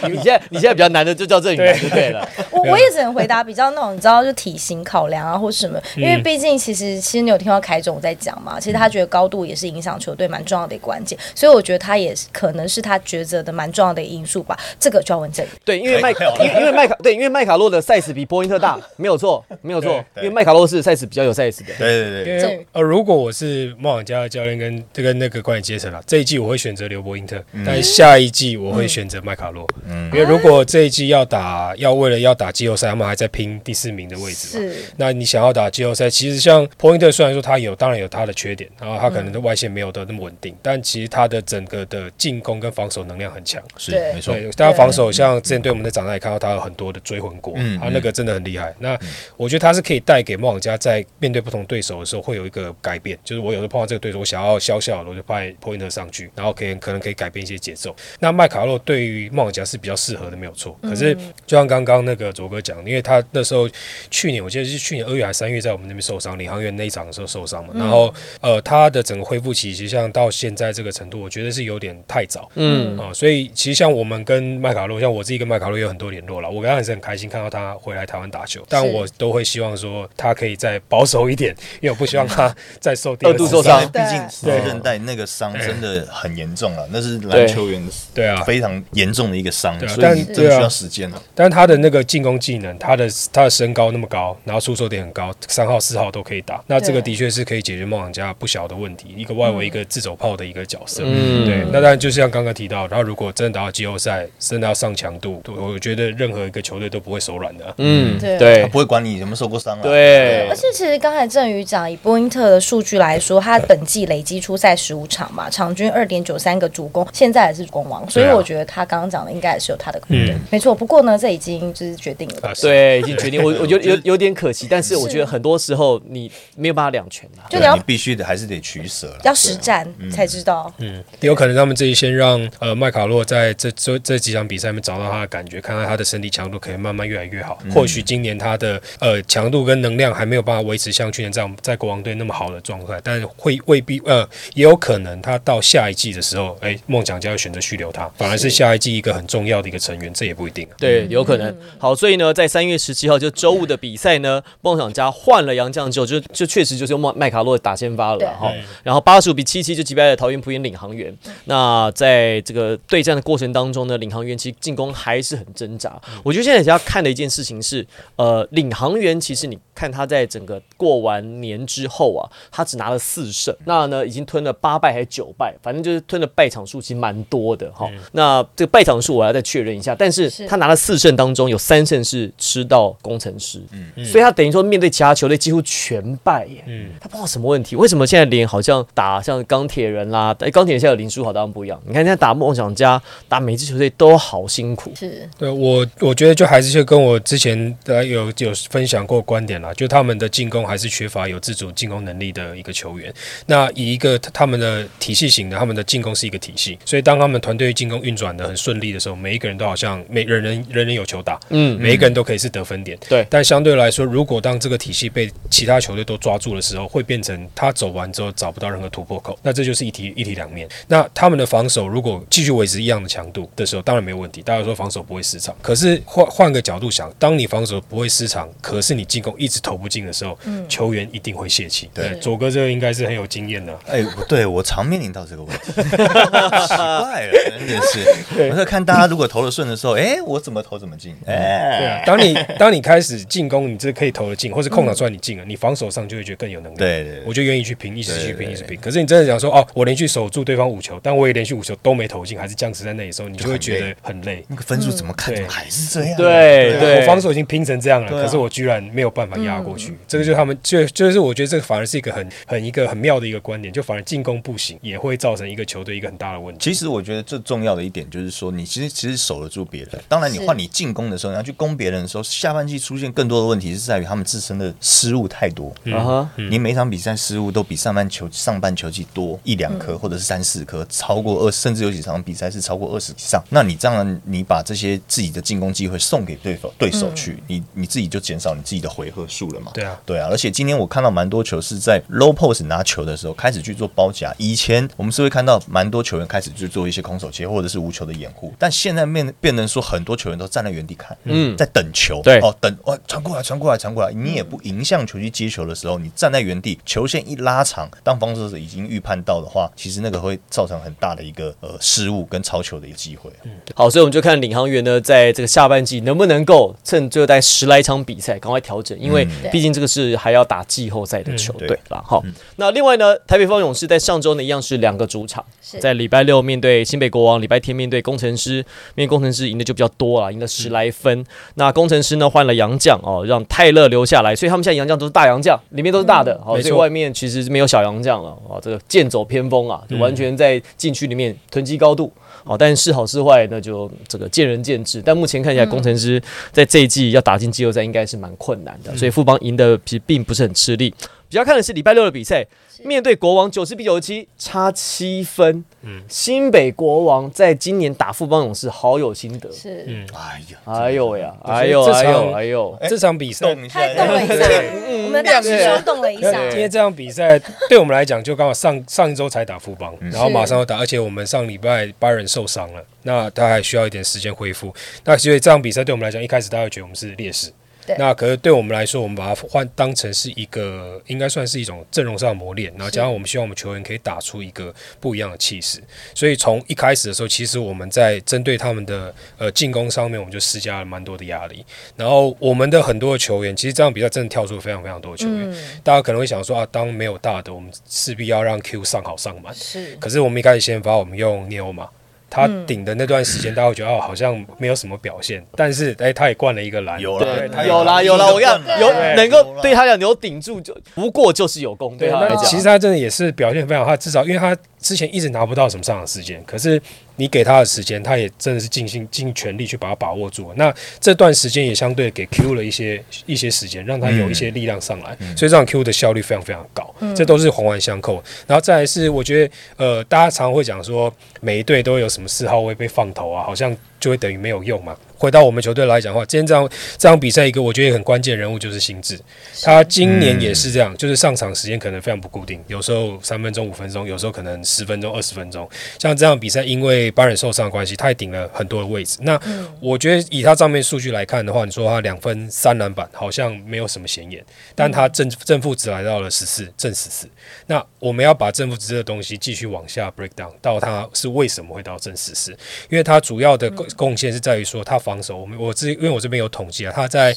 Speaker 1: 你现在你现在比较难的就叫这里
Speaker 4: 对
Speaker 1: 就对了。
Speaker 2: 我
Speaker 4: 嗯
Speaker 2: 我也只能回答比较那种你知道就体型考量啊或什么，因
Speaker 4: 嗯
Speaker 2: 为毕竟其实其实你有听到凯总在讲嘛，其实他觉得高度也是影响球队蛮重要的一个关键，所以我觉得他也是可能是他抉择的蛮重要的因素吧，这个就要问这里。
Speaker 1: 对，因为麦
Speaker 3: 太好了
Speaker 1: 因为因为麦卡对，因为麦卡洛的 size 比波因特大，没有错，没有错。因
Speaker 3: 对
Speaker 1: 为麦卡洛是 size 比较有 size 的。
Speaker 3: 对对对，
Speaker 4: 因为
Speaker 2: 这
Speaker 4: 呃，如果我是梦想家的教练跟这跟那个管理阶层啦，这一季我会选择刘伯因
Speaker 3: 嗯
Speaker 4: 特，但下一季我会选择麦卡洛。因为如果这一季要打，要为了要打打季后赛，他们还在拼第四名的位置嘛。
Speaker 2: 是
Speaker 4: 那你想要打季后赛，其实像 Pointer 虽然说他有，当然有他的缺点，然后他可能的外线没有的那么稳定，但其实他的整个的进攻跟防守能量很强。
Speaker 3: 是
Speaker 2: 对
Speaker 3: 没错，
Speaker 4: 对，但他防守像之前对我们的长大也看到他有很多的追魂锅，
Speaker 3: 嗯
Speaker 4: 他那个真的很厉害。那我觉得他是可以带给梦想家在面对不同对手的时候会有一个改变，就是我有时候碰到这个对手，我想要消消了，我就派 Pointer 上去，然后可以可能可以改变一些节奏。那麦卡洛对于梦想家是比较适合的，没有错。可是就像刚刚那个卓哥讲，因为他那时候去年我记得是去年二月还是三月在我们那边受伤，领航员那一场的时候受伤嘛，
Speaker 1: 嗯
Speaker 4: 然后呃他的整个恢复期其实像到现在这个程度，我觉得是有点太早。
Speaker 1: 嗯，
Speaker 4: 啊、所以其实像我们跟麦卡洛，像我自己跟麦卡洛有很多联络了，我跟他也是很开心看到他回来台湾打球，但我都会希望说他可以再保守一点，因为我不希望他再受第二
Speaker 1: 嗯二度
Speaker 4: 次
Speaker 1: 受伤
Speaker 3: 毕竟
Speaker 2: 对
Speaker 3: 是韧带那个伤真的很严重了，那是
Speaker 1: 对
Speaker 3: 篮球员
Speaker 4: 对啊
Speaker 3: 非常严重的一个伤
Speaker 4: 对，啊
Speaker 3: 所
Speaker 4: 但
Speaker 3: 以真的
Speaker 4: 对啊
Speaker 3: 需要时间了。
Speaker 4: 但他的那个进攻技能，他的他的身高那么高，然后出手点很高，三号四号都可以打。那这个
Speaker 2: 对
Speaker 4: 的确是可以解决梦想家不小的问题，一个外围一个自走炮的一个角色。
Speaker 1: 嗯
Speaker 4: 对。那当然就像刚刚提到，然后如果真的打到季后赛，真的要上强度，我我觉得任何一个球队都不会手软的啊、
Speaker 1: 嗯，
Speaker 2: 对
Speaker 3: 他
Speaker 1: 对
Speaker 3: 不会管你有没有受过伤啊。
Speaker 1: 对
Speaker 2: 而，且其实刚才郑宇讲，以波因特的数据来说，他本季累积出赛十五场嘛，场均二点九三个助攻，现在也是攻王，所以
Speaker 4: 对啊
Speaker 2: 我觉得他刚刚讲的应该也是有他的功能。
Speaker 4: 嗯
Speaker 2: 没错，不过呢，这已经就是决定了。
Speaker 4: 啊是
Speaker 1: 对，已经决定。我我觉得有
Speaker 3: 就是
Speaker 1: 有点可惜，但是我觉得很多时候你没有办法两全啊。
Speaker 2: 就
Speaker 3: 对
Speaker 2: 你要
Speaker 3: 你必须得还是得取舍了。
Speaker 2: 要实战才知道，
Speaker 4: 有可能他们这一先让呃麦卡洛在这这这几场比赛里面找到他的感觉，看看他的身体强度可以慢慢越来越好。或许今年他的呃强度跟能量还没有办法维持像去年这样在国王队那么好的状态，但会未必呃也有可能他到下一季的时候，哎，梦想家要选择续留他，反而是下一季一个很重要的一个成员，这也不一定、啊。
Speaker 1: 对，有可能。好，所以呢，在三月十七号就周五的比赛呢，梦想家换了杨将之后，就就确实就是用麦麦卡洛打先发了
Speaker 2: 对
Speaker 1: 啦哈。然后八十五比七七就击败了桃园璞园领航员。那在这个对战的过程当中呢，领航员其实进攻还是很挣扎。我觉得现在要看的一件事情是，呃，领航员其实你看他在整个过完年之后啊，他只拿了四胜，那呢已经吞了八败还是九败，反正就是吞的败场数其实蛮多的哈。那这个败场数我要再确认一下，但是
Speaker 2: 是
Speaker 1: 他拿了四胜当中有三胜是吃到工程师，所以他等于说面对其他球队几乎全败耶。
Speaker 4: 嗯
Speaker 1: 他碰到什么问题？为什么现在连好像打像钢铁人啦，哎，钢铁人现在有林书豪当然不一样。你看现在打梦想家，打每支球队都好辛苦。
Speaker 2: 是
Speaker 4: 对我，我觉得就还是就跟我之前呃有有分享过观点啦，就他们的进攻还是缺乏有自主进攻能力的一个球员。那以一个他们的体系型的，他们的进攻是一个体系，所以当他们团队进攻运转的很顺利的时候，每一个人都好像每人人人人有球打，
Speaker 1: 嗯，
Speaker 4: 每一个人都可以是得分点。
Speaker 1: 对
Speaker 4: 但相对来说，如果当这个体系被其他球队都抓住的时候，会变成他走完之后找不到任何突破口，那这就是一体一体两面。那他们的防守如果继续维持一样的强度的时候，当然没有问题，大家说防守不会失常。可是换换个角度想，当你防守不会失常，可是你进攻一直投不进的时候，球员一定会泄气。
Speaker 3: 对
Speaker 4: 左哥这个应该是很有经验的。
Speaker 3: 哎，我对我常面临到这个问 题，奇怪了，真的是。我在看大家如果投的顺的时候，哎，我怎么投怎么进，
Speaker 4: 对
Speaker 3: 哎，
Speaker 4: 啊，当你当你开始进攻，你这可以投得进，或是空档出来你进了，你防守上就会觉得更有能力。
Speaker 3: 对对对
Speaker 4: 我就愿意去拼，一直
Speaker 3: 对
Speaker 4: 去
Speaker 3: 对
Speaker 4: 拼，
Speaker 3: 对
Speaker 4: 一直拼。可是你真的想说，哦，我连续守住对方五球，但我也连续五球都没投进，还是僵持在那里的时候，你就会觉得很累。
Speaker 3: 那个分数怎么看
Speaker 4: 嗯
Speaker 3: 怎么还是这样啊？
Speaker 1: 对
Speaker 4: 我防守已经拼成这样了，
Speaker 3: 对啊
Speaker 4: 可是我居然没有办法压过去，这个就是他们就就是我觉得这个反而是一个很很一个很妙的一个观点，就反而进攻不行也会造成一个球队一个很大的问题。
Speaker 3: 其实我觉得最重要的一点就是说，你其实其实守得住别人。当然，你换你进攻的时候，你要去攻别人的时候，下半季出现更多的问题是在于他们自身的失误太多。
Speaker 1: 啊哈，
Speaker 3: 你每场比赛失误都比上半球上半球季多一两颗，或者是三四颗，超过二，甚至有几场比赛是超过二十以上。那你这样，你把这些自己的进攻机会送给对手对手去，你你自己就减少你自己的回合数了嘛？
Speaker 4: 对啊
Speaker 3: 对啊。而且今天我看到蛮多球是在 low post 拿球的时候开始去做包夹。以前我们是会看到蛮多球员开始去做一些空手切或者是无球的掩护，但现在变变成说很多球员都站在原地看，
Speaker 1: 嗯
Speaker 3: 在等球，
Speaker 1: 对
Speaker 3: 哦，等哦，传过来，传过来，传过来，你也不迎向球去接球的时候，你站在原地，球线一拉长，当防守者已经预判到的话，其实那个会造成很大的一个呃失误跟超球的一个机会。
Speaker 1: 好，所以我们就看领航员呢，在这个下半季能不能够趁最后大概十来场比赛赶快调整，因为为毕竟这个是还要打季后赛的球队啦。好，那另外呢，台北方勇士在上周呢一样是两个主场，
Speaker 2: 是
Speaker 1: 在礼拜六面对新北国王，礼拜天面对工程师，面对工程师赢的就比较多了，赢了十来分。那工程师呢换了洋将哦，让泰勒留下来，所以他们现在洋将都是大洋将，里面都是大的，好、
Speaker 4: 嗯没
Speaker 1: 所以
Speaker 4: 错
Speaker 1: 外面其实没有小洋将了哦，这个剑走偏锋啊，就完全在禁区里面囤积高度。哦，但是好是坏那就这个见仁见智。但目前看起来，工程师在这一季要打进季后赛应该是蛮困难的，所以富邦赢的其实并不是很吃力。比较看的是礼拜六的比赛，面对国王九十比九十七，差七分。新北国王在今年打富邦勇士好有心得。
Speaker 2: 是
Speaker 3: 哎呀，
Speaker 1: 哎呦喂呀，
Speaker 4: 觉得
Speaker 1: 哎呦
Speaker 4: 这
Speaker 1: 哎
Speaker 4: 场
Speaker 1: 呦哎呦！
Speaker 4: 嗯这场比赛，
Speaker 3: 动一下
Speaker 2: 太，动了一下，我
Speaker 1: 嗯
Speaker 2: 们大师兄动了一下，
Speaker 4: 因为这场比赛对我们来讲，就刚好上上一周才打富邦，然后马上要打，而且我们上礼拜巴人受伤了，那他还需要一点时间恢复。那所以这场比赛对我们来讲，一开始大家会觉得我们是劣势
Speaker 2: 对。
Speaker 4: 那可是对我们来说，我们把它换当成是一个，应该算是一种阵容上的磨练，然后加上我们希望我们球员可以打出一个不一样的气势。所以从一开始的时候，其实我们在针对他们的呃进攻上面，我们就施加了蛮多的压力。然后我们的很多的球员，其实这场比赛真的跳出了非常非常多的球员，大家可能会想说啊，当没有大的，我们势必要让 Q 上好上满。
Speaker 2: 是
Speaker 4: 可是我们一开始先发，我们用 n e o 嘛，他顶的那段时间，大家会觉得哦，好像没有什么表现，但是哎，他也灌了一个篮，
Speaker 3: 有
Speaker 1: 对
Speaker 3: 了，太
Speaker 1: 有啦
Speaker 3: 好
Speaker 1: 有啦，我跟你讲，有
Speaker 2: 对
Speaker 1: 能够对他俩有顶住，就不过就是有功，对
Speaker 4: 对，
Speaker 1: 他来
Speaker 4: 那
Speaker 1: 讲。
Speaker 4: 其实他真的也是表现非常好，他至少因为他之前一直拿不到什么上场时间，可是你给他的时间，他也真的是尽心尽全力去把它把握住。那这段时间也相对给 Q 了一些一些时间，让他有一些力量上来，
Speaker 1: 嗯
Speaker 4: 所以让 Q 的效率非常非常高，这都是环环相扣。然后再来是，我觉得呃，大家常会讲说每一队都有什么四号位被放投啊，好像就会等于没有用嘛。回到我们球队来讲的话，今天这场这场比赛一个我觉得也很关键的人物就是心智，他今年也是这样，就是上场时间可能非常不固定，有时候三分钟、五分钟，有时候可能十分钟、二十分钟。像这样比赛，因为巴人受伤的关系，他也顶了很多的位置。那我觉得以他账面数据来看的话，你说他两分三篮板好像没有什么显眼，但他正正负值来到了十四，正十四。那我们要把正负值的东西继续往下 break down，到它是为什么会到正十四？因为它主要的贡贡献是在于说他防守，我们我这因为我这边有统计啊，他在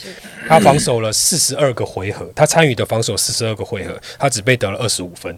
Speaker 4: 他防守了四十二个回合，他参与的防守四十二个回合，他只被得了二十五分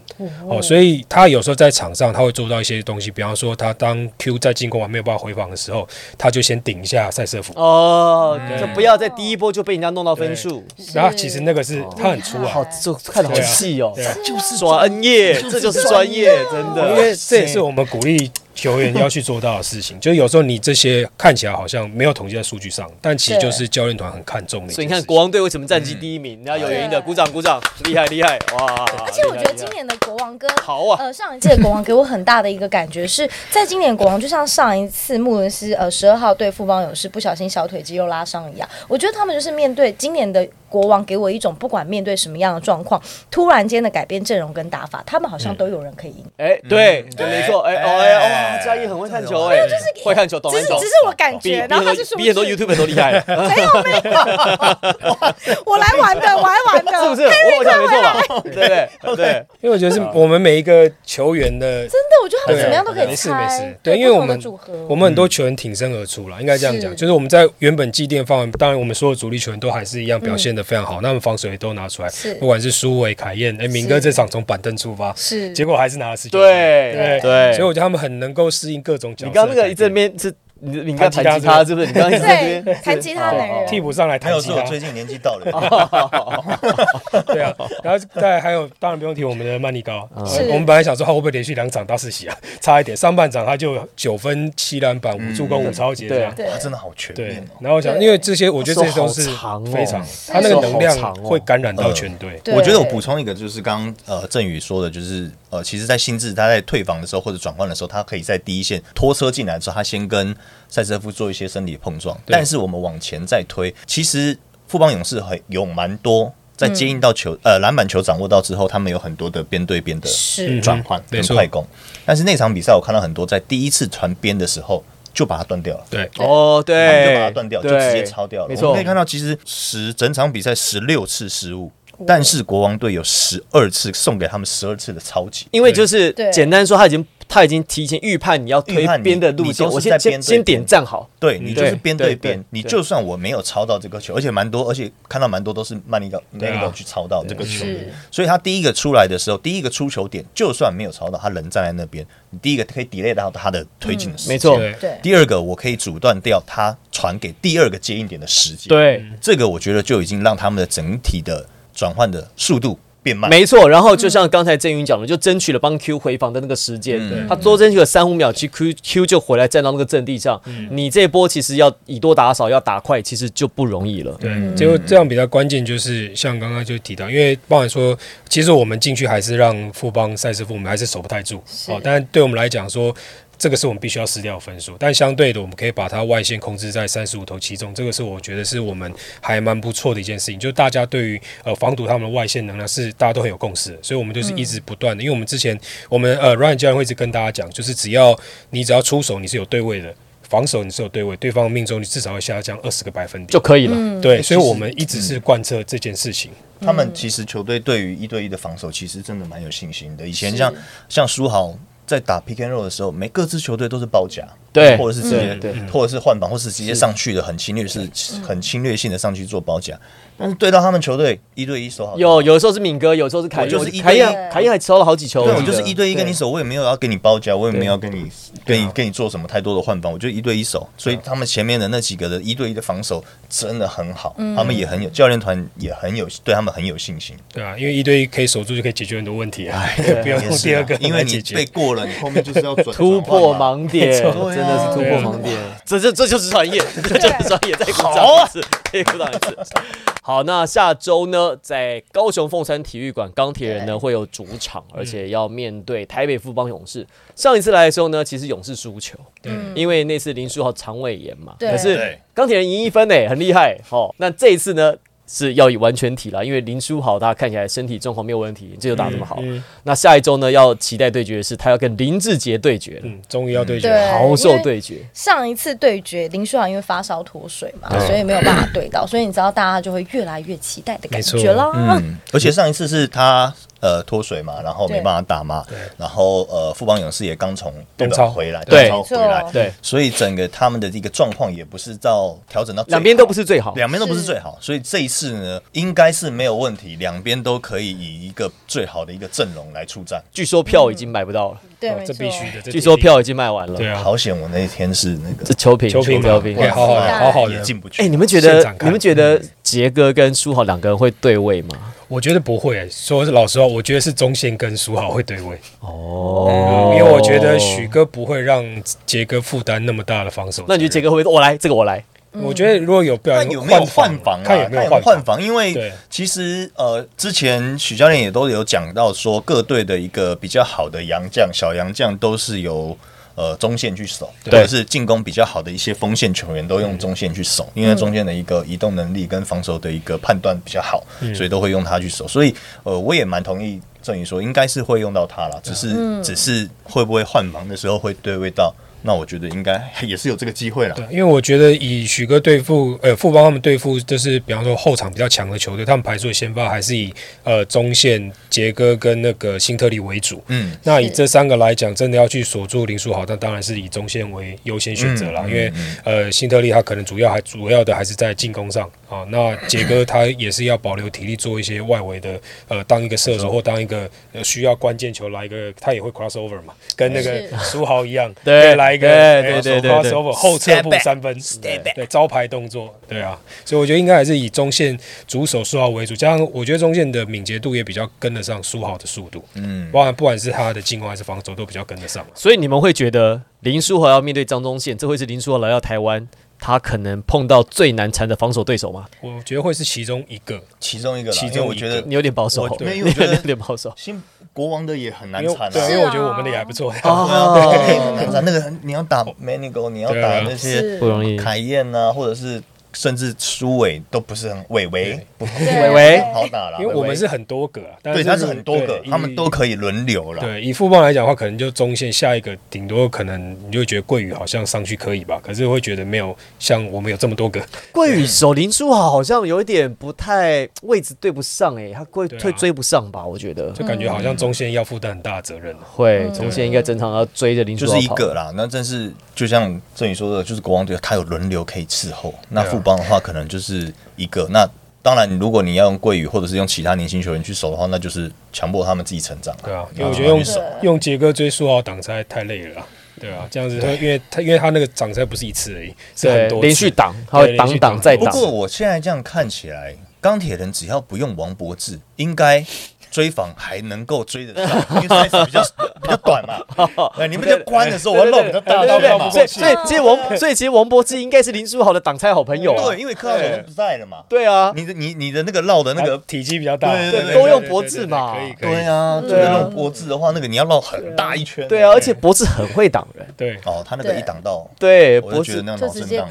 Speaker 4: 哦，所以他有时候在场上他会做到一些东西，比方说他当 Q 在进攻完没有办法回防的时候，他就先顶一下塞瑟夫。
Speaker 1: 哦，就不要在第一波就被人家弄到分数，
Speaker 4: 然后其实那个是他很粗啊，
Speaker 1: 好，就看得好细哦，
Speaker 4: 对啊
Speaker 1: 就是专专业，这就是专业，真的。
Speaker 4: 因为这也是我们鼓励球员要去做到的事情。就是有时候你这些看起来好像没有统计在数据上，但其实就是教练团很看重的一件事情。
Speaker 1: 所以你看国王队为什么战绩第一名，人家有原因的，
Speaker 2: 对
Speaker 1: 鼓掌鼓掌，厉害厉害，哇！
Speaker 2: 而且我觉
Speaker 1: 厉
Speaker 2: 得
Speaker 1: 害厉害
Speaker 2: 今年的国王跟
Speaker 1: 好啊
Speaker 2: 呃上一届国王给我很大的一个感觉是，在今年国王就像上一次穆伦斯呃十二号对富邦勇士不小心小腿肌肉拉伤一样，我觉得他们就是面对今年的国王给我一种不管面对什么样的状况，突然间的改变阵容跟打法，他们好
Speaker 1: 嗯
Speaker 2: 像都有人可以赢。
Speaker 1: 哎，对，对，没错，哎，哦，哎，
Speaker 3: 哎
Speaker 1: 哇，嘉义很会看球，哎，会看球，懂
Speaker 2: 只
Speaker 1: 很
Speaker 2: 是
Speaker 1: 懂
Speaker 2: 只是我感
Speaker 1: 比
Speaker 2: 觉，然后他是
Speaker 1: 比很多比很
Speaker 2: 数
Speaker 1: 多
Speaker 2: 据
Speaker 1: YouTube 都厉害， 是
Speaker 2: 没有没有， 我来玩的，我来玩的，
Speaker 1: 不是？我我讲没错吧？
Speaker 2: 啊
Speaker 1: 对不对对，啊
Speaker 4: 因为我觉得是我们每一个球员的
Speaker 2: 真的，我觉得他
Speaker 4: 对
Speaker 2: 们
Speaker 4: 啊
Speaker 2: 怎么样都可以
Speaker 4: 没事
Speaker 2: 猜，
Speaker 4: 没事，对，因为
Speaker 2: 不同
Speaker 4: 我
Speaker 2: 的
Speaker 4: 们
Speaker 2: 组合
Speaker 4: 我们很多球员挺身而出了，应该这样讲，
Speaker 2: 是
Speaker 4: 就是我们在原本既定范围，当然我们所有主力球员都还是一样表现的非常好，那我们防守也都拿出来
Speaker 2: 是，
Speaker 4: 不管是苏伟、凯燕，哎，明哥这场从板凳出发，
Speaker 2: 是
Speaker 4: 结果还是拿了十九分，
Speaker 1: 对
Speaker 4: 对
Speaker 1: 对，
Speaker 4: 所以我觉得他们很能够适应各种角色
Speaker 1: 你
Speaker 4: 的改变。
Speaker 1: 刚刚那个一直在那边是，你你刚弹
Speaker 4: 弹
Speaker 1: 吉
Speaker 4: 吉
Speaker 1: 他
Speaker 4: 他
Speaker 1: 是不是？你刚刚一直在那
Speaker 2: 对
Speaker 1: 边
Speaker 2: 弹吉他男人
Speaker 4: 替补上来
Speaker 3: 还
Speaker 4: 弹
Speaker 3: 有
Speaker 4: 吉
Speaker 3: 是我
Speaker 4: 他，
Speaker 3: 最近年纪到了，
Speaker 4: 对啊，然后再还有，当然不用提我们的曼尼高，啊
Speaker 1: 嗯
Speaker 4: 呃
Speaker 2: 是
Speaker 4: 我们本来想说他会不会连续两场大四喜啊，差一点，上半场他就九分七篮板五助
Speaker 1: 嗯
Speaker 4: 攻五超截这样。
Speaker 2: 对
Speaker 3: 他啊真的好全
Speaker 4: 对
Speaker 3: 面，哦。
Speaker 4: 然后我想，
Speaker 2: 对
Speaker 4: 因为这些，我觉得这些都是
Speaker 1: 啊手好长哦
Speaker 4: 非常，他那个能
Speaker 1: 手好
Speaker 4: 量
Speaker 1: 长哦
Speaker 4: 会感染到全队。
Speaker 2: 对
Speaker 3: 我觉得我补充一个，就是刚刚呃振宇说的，就是呃，其实，在心智他在退防的时候或者转换的时候，他可以在第一线拖车进来的时候，他先跟赛车夫做一些身体碰撞。但是我们往前再推，其实富邦勇士很有蛮多在接应到球、呃篮板球掌握到之后，他们有很多的边对边的
Speaker 2: 是
Speaker 3: 转换
Speaker 4: 嗯没
Speaker 3: 跟
Speaker 4: 错
Speaker 3: 快攻。但是那场比赛我看到很多在第一次传边的时候就把它断掉了。
Speaker 4: 对，
Speaker 1: 哦，
Speaker 3: 他们
Speaker 1: 对，
Speaker 3: 就把它断掉，就
Speaker 1: 对
Speaker 3: 直接抄掉了。
Speaker 1: 没
Speaker 3: 我
Speaker 1: 错
Speaker 3: 们可以，看到，其实十整场比赛十六次失误，但是国王队有十二次送给他们十二次的超级。
Speaker 1: 因为就是
Speaker 2: 对
Speaker 1: 简单说，他已经他已经提前预判你要推
Speaker 3: 预判你
Speaker 1: 边的路
Speaker 3: 你都
Speaker 1: 线，
Speaker 3: 是
Speaker 1: 我
Speaker 3: 在
Speaker 1: 先
Speaker 3: 边
Speaker 1: 先
Speaker 3: 对
Speaker 1: 先
Speaker 3: 边
Speaker 1: 点站好。
Speaker 3: 对你就是
Speaker 1: 嗯对
Speaker 3: 边
Speaker 1: 对
Speaker 3: 对
Speaker 1: 对
Speaker 3: 边，你
Speaker 1: 对
Speaker 3: 就算我没有抄到这个球，而且蛮多，而且看到蛮多都是曼尼高曼
Speaker 4: 啊
Speaker 3: 尼高去抄到这
Speaker 4: 嗯
Speaker 3: 个球
Speaker 2: 是，
Speaker 3: 所以他第一个出来的时候，第一个出球点，就算没有抄到，他人站在那边，你第一个可以 delay 到他的推进的时间，
Speaker 1: 嗯没错
Speaker 4: 对
Speaker 2: 对，
Speaker 3: 第二个，我可以阻断掉他传给第二个接应点的时间。，
Speaker 1: 对，
Speaker 3: 这个我觉得就已经让他们的整体的转换的速度变慢。
Speaker 1: 没错。然后就像刚才郑云讲的，就争取了帮 Q 回防的那个时间，他多争取了三五秒，其实 Q Q 就回来站到那个阵地上。你这一波其实要以多打少，要打快，其实就不容易了。
Speaker 4: 对，结果这样比较关键就是像刚刚就提到，因为包含说，其实我们进去还是让富邦赛事部，我们还是守不太住。哦，但对我们来讲说，这个是我们必须要失掉的分数。但相对的，我们可以把它外线控制在三十五投其中，这个是我觉得是我们还蛮不错的一件事情。就大家对于呃防堵他们的外线能量是大家都很有共识的，所以我们就是一直不断的，因为我们之前我们呃 Ryan 教练会一直跟大家讲，就是只要你只要出手，你是有对位的。防守你是有对位，对方命中率至少会下降二十个百分点，
Speaker 1: 就可以了。
Speaker 2: 嗯
Speaker 4: 对，所以我们一直是贯彻这件事情。
Speaker 3: 他们其实球队对于一对一的防守，其实真的蛮有信心的。以前像像书豪在打 pick and roll 的时候，每各支球队都是包夹，
Speaker 1: 对
Speaker 3: 或者是直接，
Speaker 1: 嗯对
Speaker 3: 或者是换防，或是直接上去的，很侵略，是很侵略性的上去做包夹。但是对到他们球队一对一手好，
Speaker 1: 有有时候是敏哥，有时候是凯
Speaker 3: 我就是
Speaker 1: 燕
Speaker 3: 一
Speaker 1: 凯
Speaker 3: 对一
Speaker 1: 燕凯燕还抄了好几球。
Speaker 3: 对，
Speaker 1: 记得
Speaker 3: 我就是一对一跟你
Speaker 1: 对
Speaker 3: 守，我也没有要跟你包夹，我也没有要
Speaker 1: 对啊
Speaker 3: 跟你跟你跟你做什么太多的换防，我就一对一守。所以他们前面的那几个的一对一的防守真的很好，
Speaker 2: 嗯
Speaker 3: 他们也很有教练团也很有对他们很有信心。
Speaker 4: 对啊，因为一对一可以守住就可以解决很多问题啊， 不要
Speaker 3: 也
Speaker 4: 用
Speaker 3: 是
Speaker 4: 第
Speaker 3: 啊
Speaker 4: 二个
Speaker 3: 因为
Speaker 4: 来
Speaker 3: 你
Speaker 4: 解决
Speaker 3: 被过了，你后面就是要转
Speaker 1: 突破
Speaker 3: 转换嘛。
Speaker 1: 盲点，真
Speaker 3: 错啊
Speaker 1: 的是突破盲点，啊这这这就是专业，这就是专业，再鼓掌一次，可以鼓掌一次。好，那下周呢，在高雄凤山体育馆，钢铁人呢会有主场，而且要面对台北富邦勇士。上一次来的时候呢，其实勇士输球，因为那次林书豪肠胃炎嘛，
Speaker 2: 对
Speaker 1: 可是
Speaker 3: 对
Speaker 1: 钢铁人赢一分诶，很厉害哦。那这一次呢？是要以完全体啦，因为林书豪他看起来身体状况没有问题，这就打这么好。
Speaker 4: 嗯
Speaker 1: 那下一周呢，要期待对决的是他要跟林志杰对决了。
Speaker 4: 嗯，终于要对决
Speaker 2: 对
Speaker 4: 了。
Speaker 1: 豪兽对决，
Speaker 2: 上一次对决林书豪因为发烧脱水嘛，所以没有办法对到，所以你知道大家就会越来越期待的感觉啦。
Speaker 3: 嗯，而且上一次是他呃脱水嘛，然后没
Speaker 2: 对
Speaker 3: 办法打嘛，然后呃富邦勇士也刚从日
Speaker 4: 东
Speaker 3: 本
Speaker 4: 超
Speaker 3: 回来，
Speaker 1: 对
Speaker 3: 东超
Speaker 2: 没
Speaker 3: 回
Speaker 2: 错
Speaker 3: 来，
Speaker 4: 嗯
Speaker 1: 对，
Speaker 3: 所以整个他们的这个状况也不是到调整到最
Speaker 1: 两边都
Speaker 3: 好
Speaker 1: 不是最好。
Speaker 3: 两边都不是
Speaker 2: 是
Speaker 3: 最好，所以这一次呢，应该是没有问题，两边都可以以一个最好的一个阵容来出战。
Speaker 1: 据说票已经买不到了，
Speaker 2: 对，
Speaker 4: 哦
Speaker 2: 没
Speaker 4: 这
Speaker 2: 错，
Speaker 4: 必须的。这
Speaker 1: 据说
Speaker 4: 一定
Speaker 1: 票已经卖完了。
Speaker 4: 对啊，
Speaker 3: 好险，我那天是那个啊
Speaker 1: 这球评，
Speaker 4: 球评嘛
Speaker 1: 球
Speaker 4: 可以好好好好
Speaker 3: 也
Speaker 4: 的。
Speaker 3: 进不去。
Speaker 1: 哎，你们觉
Speaker 4: 现
Speaker 1: 得
Speaker 4: 场看嗯
Speaker 1: 你们觉得杰哥跟书豪两个人会对位吗？
Speaker 4: 我觉得不会，说老实话，我觉得是中线跟苏豪会对位，
Speaker 1: 哦
Speaker 4: 因为我觉得许，哥不会让杰哥负担那么大的防守。
Speaker 1: 那你觉得杰哥会不会？我来这个我来，
Speaker 4: 我觉得如果有表
Speaker 3: 看
Speaker 4: 现
Speaker 3: 有没有换
Speaker 4: 防
Speaker 3: 防啊？
Speaker 4: 看有没有换
Speaker 3: 换
Speaker 4: 防。
Speaker 3: 防？因
Speaker 4: 对
Speaker 3: 为其实呃，之前许教练也都有讲到说，各队的一个比较好的洋将、小洋将都是由呃中线去守，或
Speaker 1: 对
Speaker 3: 者是进攻比较好的一些锋线球员都
Speaker 4: 嗯
Speaker 3: 用中线去守，因为中间的一个移动能力跟防守的一个判断比较好，
Speaker 4: 嗯
Speaker 3: 所以都会用他去守。所以呃，我也蛮同意郑宇说，应该是会用到他啦，只是、只是会不会换防的时候会对位到。那我觉得应该 也是有这个机会啦。
Speaker 4: 对，因为我觉得以许哥对付呃富邦他们对付，就是比方说后场比较强的球队，他们排出的先发还是以呃中线杰哥跟那个辛特利为主。
Speaker 3: 嗯，
Speaker 4: 那以这三个来讲，真的要去锁住林书豪，那当然是以中线为优先选择啦，因为呃，辛特利他可能主要还主要的还是在进攻上啊。那杰哥他也是要保留体力做一些外围的呃，当一个射手或当一个呃需要关键球来一个，他也会 crossover 嘛，跟那个
Speaker 2: 是
Speaker 4: 书豪一样，
Speaker 1: 对
Speaker 4: 可以来一
Speaker 1: 对
Speaker 4: 个哎
Speaker 1: 对对对
Speaker 4: crossover 后撤步
Speaker 3: Step back 嗯
Speaker 4: 三分
Speaker 3: Step，
Speaker 4: 对招牌动作，对啊，所以我觉得应该还是以中线主手书豪为主，加上我觉得中线的敏捷度也比较跟得上书豪的速度，嗯，包含不管是他的进攻还是防守都比较跟得上。
Speaker 1: 所以你们会觉得林书豪要面对张宗宪，这会是林书豪来到台湾，他可能碰到最难缠的防守对手吗？
Speaker 4: 我觉得会是其中一个，
Speaker 3: 其中一个啦，
Speaker 4: 其中
Speaker 3: 因为我
Speaker 4: 一
Speaker 3: 觉
Speaker 4: 个
Speaker 3: 得
Speaker 1: 你有点保守
Speaker 3: 我，
Speaker 1: 你
Speaker 3: 对
Speaker 1: 有
Speaker 3: 因为我觉得
Speaker 1: 点有点保守。
Speaker 3: 新国王的也啊很难
Speaker 4: 因为
Speaker 3: 缠
Speaker 4: 对，因
Speaker 3: 啊。
Speaker 4: 为我觉得我们的也还不错，
Speaker 1: 哦，
Speaker 3: 哦很难缠，那个很你要打 Manigo，你要
Speaker 4: 对啊
Speaker 3: 打那些
Speaker 2: 是
Speaker 1: 不容易。
Speaker 3: 凯燕啊，或者是甚至苏伟都不是很伟伟，不
Speaker 1: 伟伟
Speaker 3: 好打了。
Speaker 4: 因为我们
Speaker 3: 伟
Speaker 4: 是很多个啊，但
Speaker 3: 对，他是很多个
Speaker 4: 对，以
Speaker 3: 他们都可以轮流了。
Speaker 4: 对，以富邦来讲的话，可能就中线下一个，顶多可能你就会觉得桂宇好像上去可以吧，可是会觉得没有像我们有这么多个，
Speaker 1: 桂宇守林书豪好像有一点不太位置对不上哎、他贵
Speaker 4: 对啊
Speaker 1: 退追不上吧？我觉得
Speaker 4: 就感觉好像中线要负担很大的责任了。
Speaker 1: 会从现在应该正常要追着林书
Speaker 3: 就
Speaker 1: 豪
Speaker 3: 是一
Speaker 1: 跑
Speaker 3: 个啦，那正是就像郑宇说的，就是国王队他有轮流可以伺候。那
Speaker 4: 啊
Speaker 3: 富邦的话，可能就是一个。那当然，如果你要用桂宇或者是用其他年轻球员去守的话，那就是强迫他们自己成长啦。
Speaker 4: 对啊，因
Speaker 3: 你要
Speaker 4: 为我觉得
Speaker 3: 慢慢
Speaker 4: 用
Speaker 3: 去守
Speaker 4: 用杰哥追苏豪挡拆太累了啦。对啊，这样子，因为他因为他那个挡拆不是一次而已，是很
Speaker 1: 对
Speaker 4: 多次
Speaker 1: 连续挡，他
Speaker 4: 对
Speaker 1: 会
Speaker 4: 连续
Speaker 1: 挡挡再
Speaker 3: 不
Speaker 1: 挡。
Speaker 3: 过我现在这样看起来，钢铁人只要不用王柏志，应该追访还能够追得上，因为 size 比较比较短嘛。哎，你们在关的时候，我肉比较大，
Speaker 1: 对
Speaker 3: 到
Speaker 1: 对
Speaker 3: 干
Speaker 1: 对，
Speaker 3: 嘛？
Speaker 1: 所以所以其实王所以其实王柏芝应该是林书豪的挡拆好朋友啊
Speaker 3: 对，，因为柯老总不在了嘛。
Speaker 1: 对啊，
Speaker 3: 你的你你的那个绕的那
Speaker 4: 那个
Speaker 3: 个。
Speaker 4: 体积比较大，
Speaker 3: 对对对
Speaker 1: 都用脖子嘛
Speaker 4: 可以可以，
Speaker 3: 对啊，这
Speaker 1: 对
Speaker 3: 个
Speaker 1: 啊
Speaker 3: 绕脖子的话，那个你要绕很大一圈。
Speaker 1: 对啊，而且柏芝很会挡人，
Speaker 4: 对，
Speaker 3: 哦，他那个一挡到，
Speaker 1: 对，
Speaker 3: 我就
Speaker 1: 柏
Speaker 3: 觉得
Speaker 1: 芝
Speaker 3: 那个
Speaker 2: 就
Speaker 3: 脑
Speaker 2: 直
Speaker 3: 震
Speaker 2: 接
Speaker 3: 荡，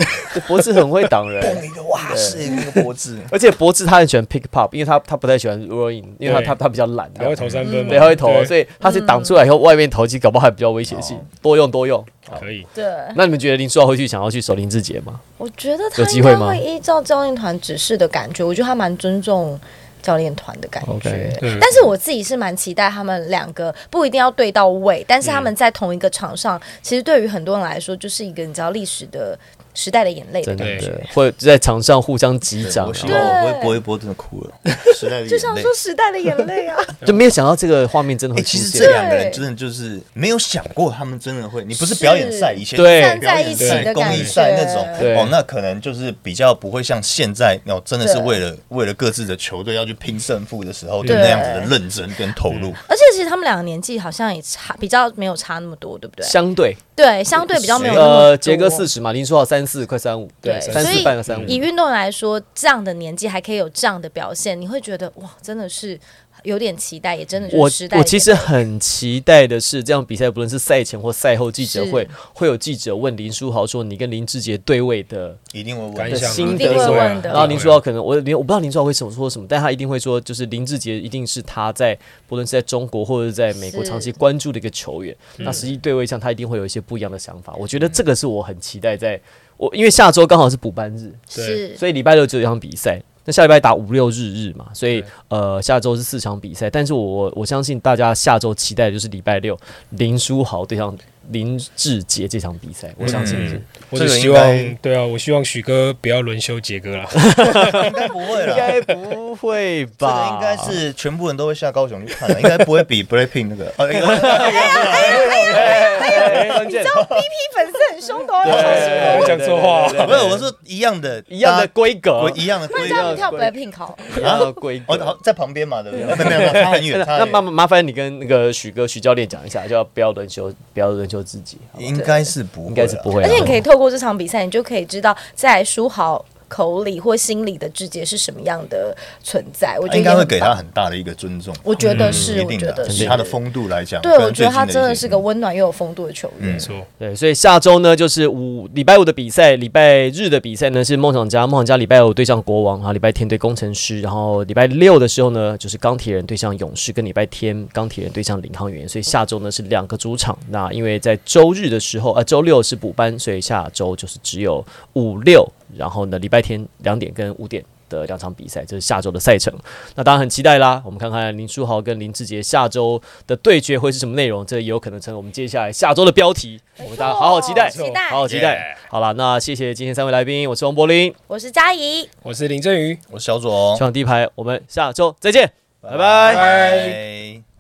Speaker 1: 柏芝很会挡人
Speaker 3: 砰。一个哇，是那个 脖子。
Speaker 1: 而且柏芝他很喜欢 pick pop，因为他他不太喜欢 roll in，因为他
Speaker 4: 对
Speaker 1: 他他比较懒，啊
Speaker 4: 他会投三分嘛，
Speaker 1: 对，他会投，所
Speaker 4: 以
Speaker 1: 以他是挡出来以后，外面投机搞不好还比较危险
Speaker 4: 哦
Speaker 1: 性，多用多用。
Speaker 4: 可以。
Speaker 2: 对，
Speaker 1: 那你们觉得林书豪会去想要去守林志杰吗？
Speaker 2: 我觉得他
Speaker 1: 有机
Speaker 2: 应
Speaker 1: 会
Speaker 2: 该
Speaker 1: 吗
Speaker 2: 会依照教练团指示的感觉，我觉得他蛮尊重教练团的感觉
Speaker 1: OK，
Speaker 4: 对
Speaker 2: 但是我自己是蛮期待他们两个不一定要对到位，但是他们在同一个场上，其实对于很多人来说，就是一个你知道历史的时代的眼泪的
Speaker 1: 真
Speaker 2: 感觉。
Speaker 1: 的，或者在场上互相击掌
Speaker 3: 我希
Speaker 1: 啊，
Speaker 3: 望我不会播一播，真的哭 了，实在的
Speaker 2: 就
Speaker 3: 眼
Speaker 2: 像
Speaker 3: 泪
Speaker 2: 说。时代的眼泪啊，
Speaker 1: 就没有想到这个画面真的
Speaker 3: 哎，
Speaker 1: 会
Speaker 3: 其
Speaker 1: 出
Speaker 3: 实
Speaker 1: 现
Speaker 3: 这。两个人
Speaker 2: 对
Speaker 3: 真的就是没有想过他们真的会，你不是表演赛，
Speaker 2: 是
Speaker 3: 以前
Speaker 1: 对
Speaker 2: 站
Speaker 3: 表
Speaker 2: 在
Speaker 3: 演
Speaker 2: 一起
Speaker 3: 赛、
Speaker 2: 的
Speaker 3: 公
Speaker 2: 感
Speaker 3: 益
Speaker 2: 觉，
Speaker 3: 赛那种，
Speaker 1: 对
Speaker 3: 哦，那可能就是比较不会像现在哦，真的是
Speaker 2: 对
Speaker 3: 为了为了各自的球队要去拼胜负的时候的
Speaker 2: 对嗯
Speaker 3: 那样子的认真跟投入。
Speaker 2: 而且其实他们两个年纪好像也差比较没有差那么多，对不对？
Speaker 1: 相对，
Speaker 2: 对，相对比较没有那么
Speaker 1: 呃，杰哥
Speaker 2: 多
Speaker 1: 四十嘛，林书豪三四快三五，
Speaker 2: 对
Speaker 1: 三
Speaker 2: 所以
Speaker 1: 四半个三五，
Speaker 2: 以运动员来说，这样的年纪还可以有这样的表现，你会觉得哇，真的是有点期待，也真的就
Speaker 1: 我
Speaker 2: 是时代
Speaker 1: 我
Speaker 2: 的
Speaker 1: 其实很期待的是，这样比赛不论是赛前或赛后记者会
Speaker 2: 是，
Speaker 1: 会有记者问林书豪说：“你跟林志杰对位的
Speaker 3: 一定会问
Speaker 4: 感想啊
Speaker 1: 心
Speaker 2: 得一定会问的
Speaker 1: 然后林书豪可能我林我不知道林书豪会什么说什么，但他一定会说，就是林志杰一定是他在不论是在中国或者是在美国
Speaker 2: 是
Speaker 1: 长期关注的一个球员。
Speaker 3: 嗯
Speaker 1: 那实际对位上，他一定会有一些不一样的想法。我觉得这个是我很期待在，我因为下周刚好是补班日，
Speaker 4: 嗯
Speaker 2: 是
Speaker 1: 所以礼拜六只有一场比赛。那下礼拜打五六日日嘛，所以呃下周是四场比赛，但是我我相信大家下周期待的就是礼拜六林书豪对上林志杰这场比赛，我相信是。
Speaker 4: 嗯，我只
Speaker 3: 这个应
Speaker 4: 希
Speaker 3: 该
Speaker 4: 望，对啊，我希望许哥不要轮休杰哥啦。
Speaker 3: 应该不会
Speaker 1: 应
Speaker 3: 啦。
Speaker 1: 该不会
Speaker 3: 这个
Speaker 1: 吧？
Speaker 3: 应该是全部人都会下高雄去看的，应该不会比 Blackpink 那个。哎
Speaker 2: 哎
Speaker 1: 关键
Speaker 2: 批粉丝很凶的哦，
Speaker 1: 对
Speaker 2: 小心哦。
Speaker 4: 我 讲错话
Speaker 1: 对对对对
Speaker 3: 不是，我是一样的，
Speaker 1: 一样的规格
Speaker 3: 大家，一样的
Speaker 2: 不
Speaker 3: 规
Speaker 2: 然这样
Speaker 3: 格
Speaker 2: 你。跳
Speaker 1: 对
Speaker 2: BLACKPINK 好了，
Speaker 1: 一样的规
Speaker 3: 哦，好
Speaker 1: 格。
Speaker 3: 在旁边嘛，对不哦对？没有没有，他很远，他
Speaker 1: 那
Speaker 3: 很
Speaker 1: 麻
Speaker 3: 远。
Speaker 1: 麻烦你跟那个许哥许教练讲一下，就要不要轮休，不要轮休自己，好吧
Speaker 3: 应该是不会啦，
Speaker 1: 应该是不会啊。
Speaker 2: 而且你可以透过这场比赛，你就可以知道在书豪口里或心里的志杰是什么样的存在。我觉
Speaker 3: 他
Speaker 2: 得
Speaker 3: 应该会
Speaker 2: 也
Speaker 3: 给
Speaker 2: 棒
Speaker 3: 他，很大的一个尊重。
Speaker 2: 我觉得
Speaker 3: 嗯
Speaker 2: 是，
Speaker 3: 一
Speaker 2: 我
Speaker 3: 定
Speaker 2: 觉
Speaker 3: 的，
Speaker 2: 得
Speaker 3: 以
Speaker 2: 是
Speaker 3: 他的。风度来讲，
Speaker 2: 对，我觉得他
Speaker 3: 跟最近
Speaker 2: 真
Speaker 3: 一
Speaker 2: 的
Speaker 3: 些嗯
Speaker 2: 是个温暖又有风度的球员
Speaker 4: 没。错，
Speaker 1: 对，所以下周呢就是五礼拜五的比赛，礼拜日的比赛呢是梦想家，梦想家礼拜五对上国王，然后礼拜天对工程师，然后礼拜六的时候呢就是钢铁人对上勇士，跟礼拜天钢铁人对上领航员，所以下周呢是两个主场。那因为在周日的时候，呃，周六是补班，所以下周就是只有五六，然后呢礼拜天两点跟五点。的两场比赛，这是下周的赛程。那当然很期待啦，我们看看林书豪跟林志杰下周的对决会是什么内容，这也有可能成为我们接下来下周的标题。我们大家好好期待，
Speaker 2: 没错期待
Speaker 1: 好好期待。好了，那谢谢今天三位来宾，我是王柏林，
Speaker 2: 我是佳怡，
Speaker 4: 我是林振宇。
Speaker 3: 我是小左，哦
Speaker 1: 球场第一排，我们下周再见，拜拜。
Speaker 3: 拜。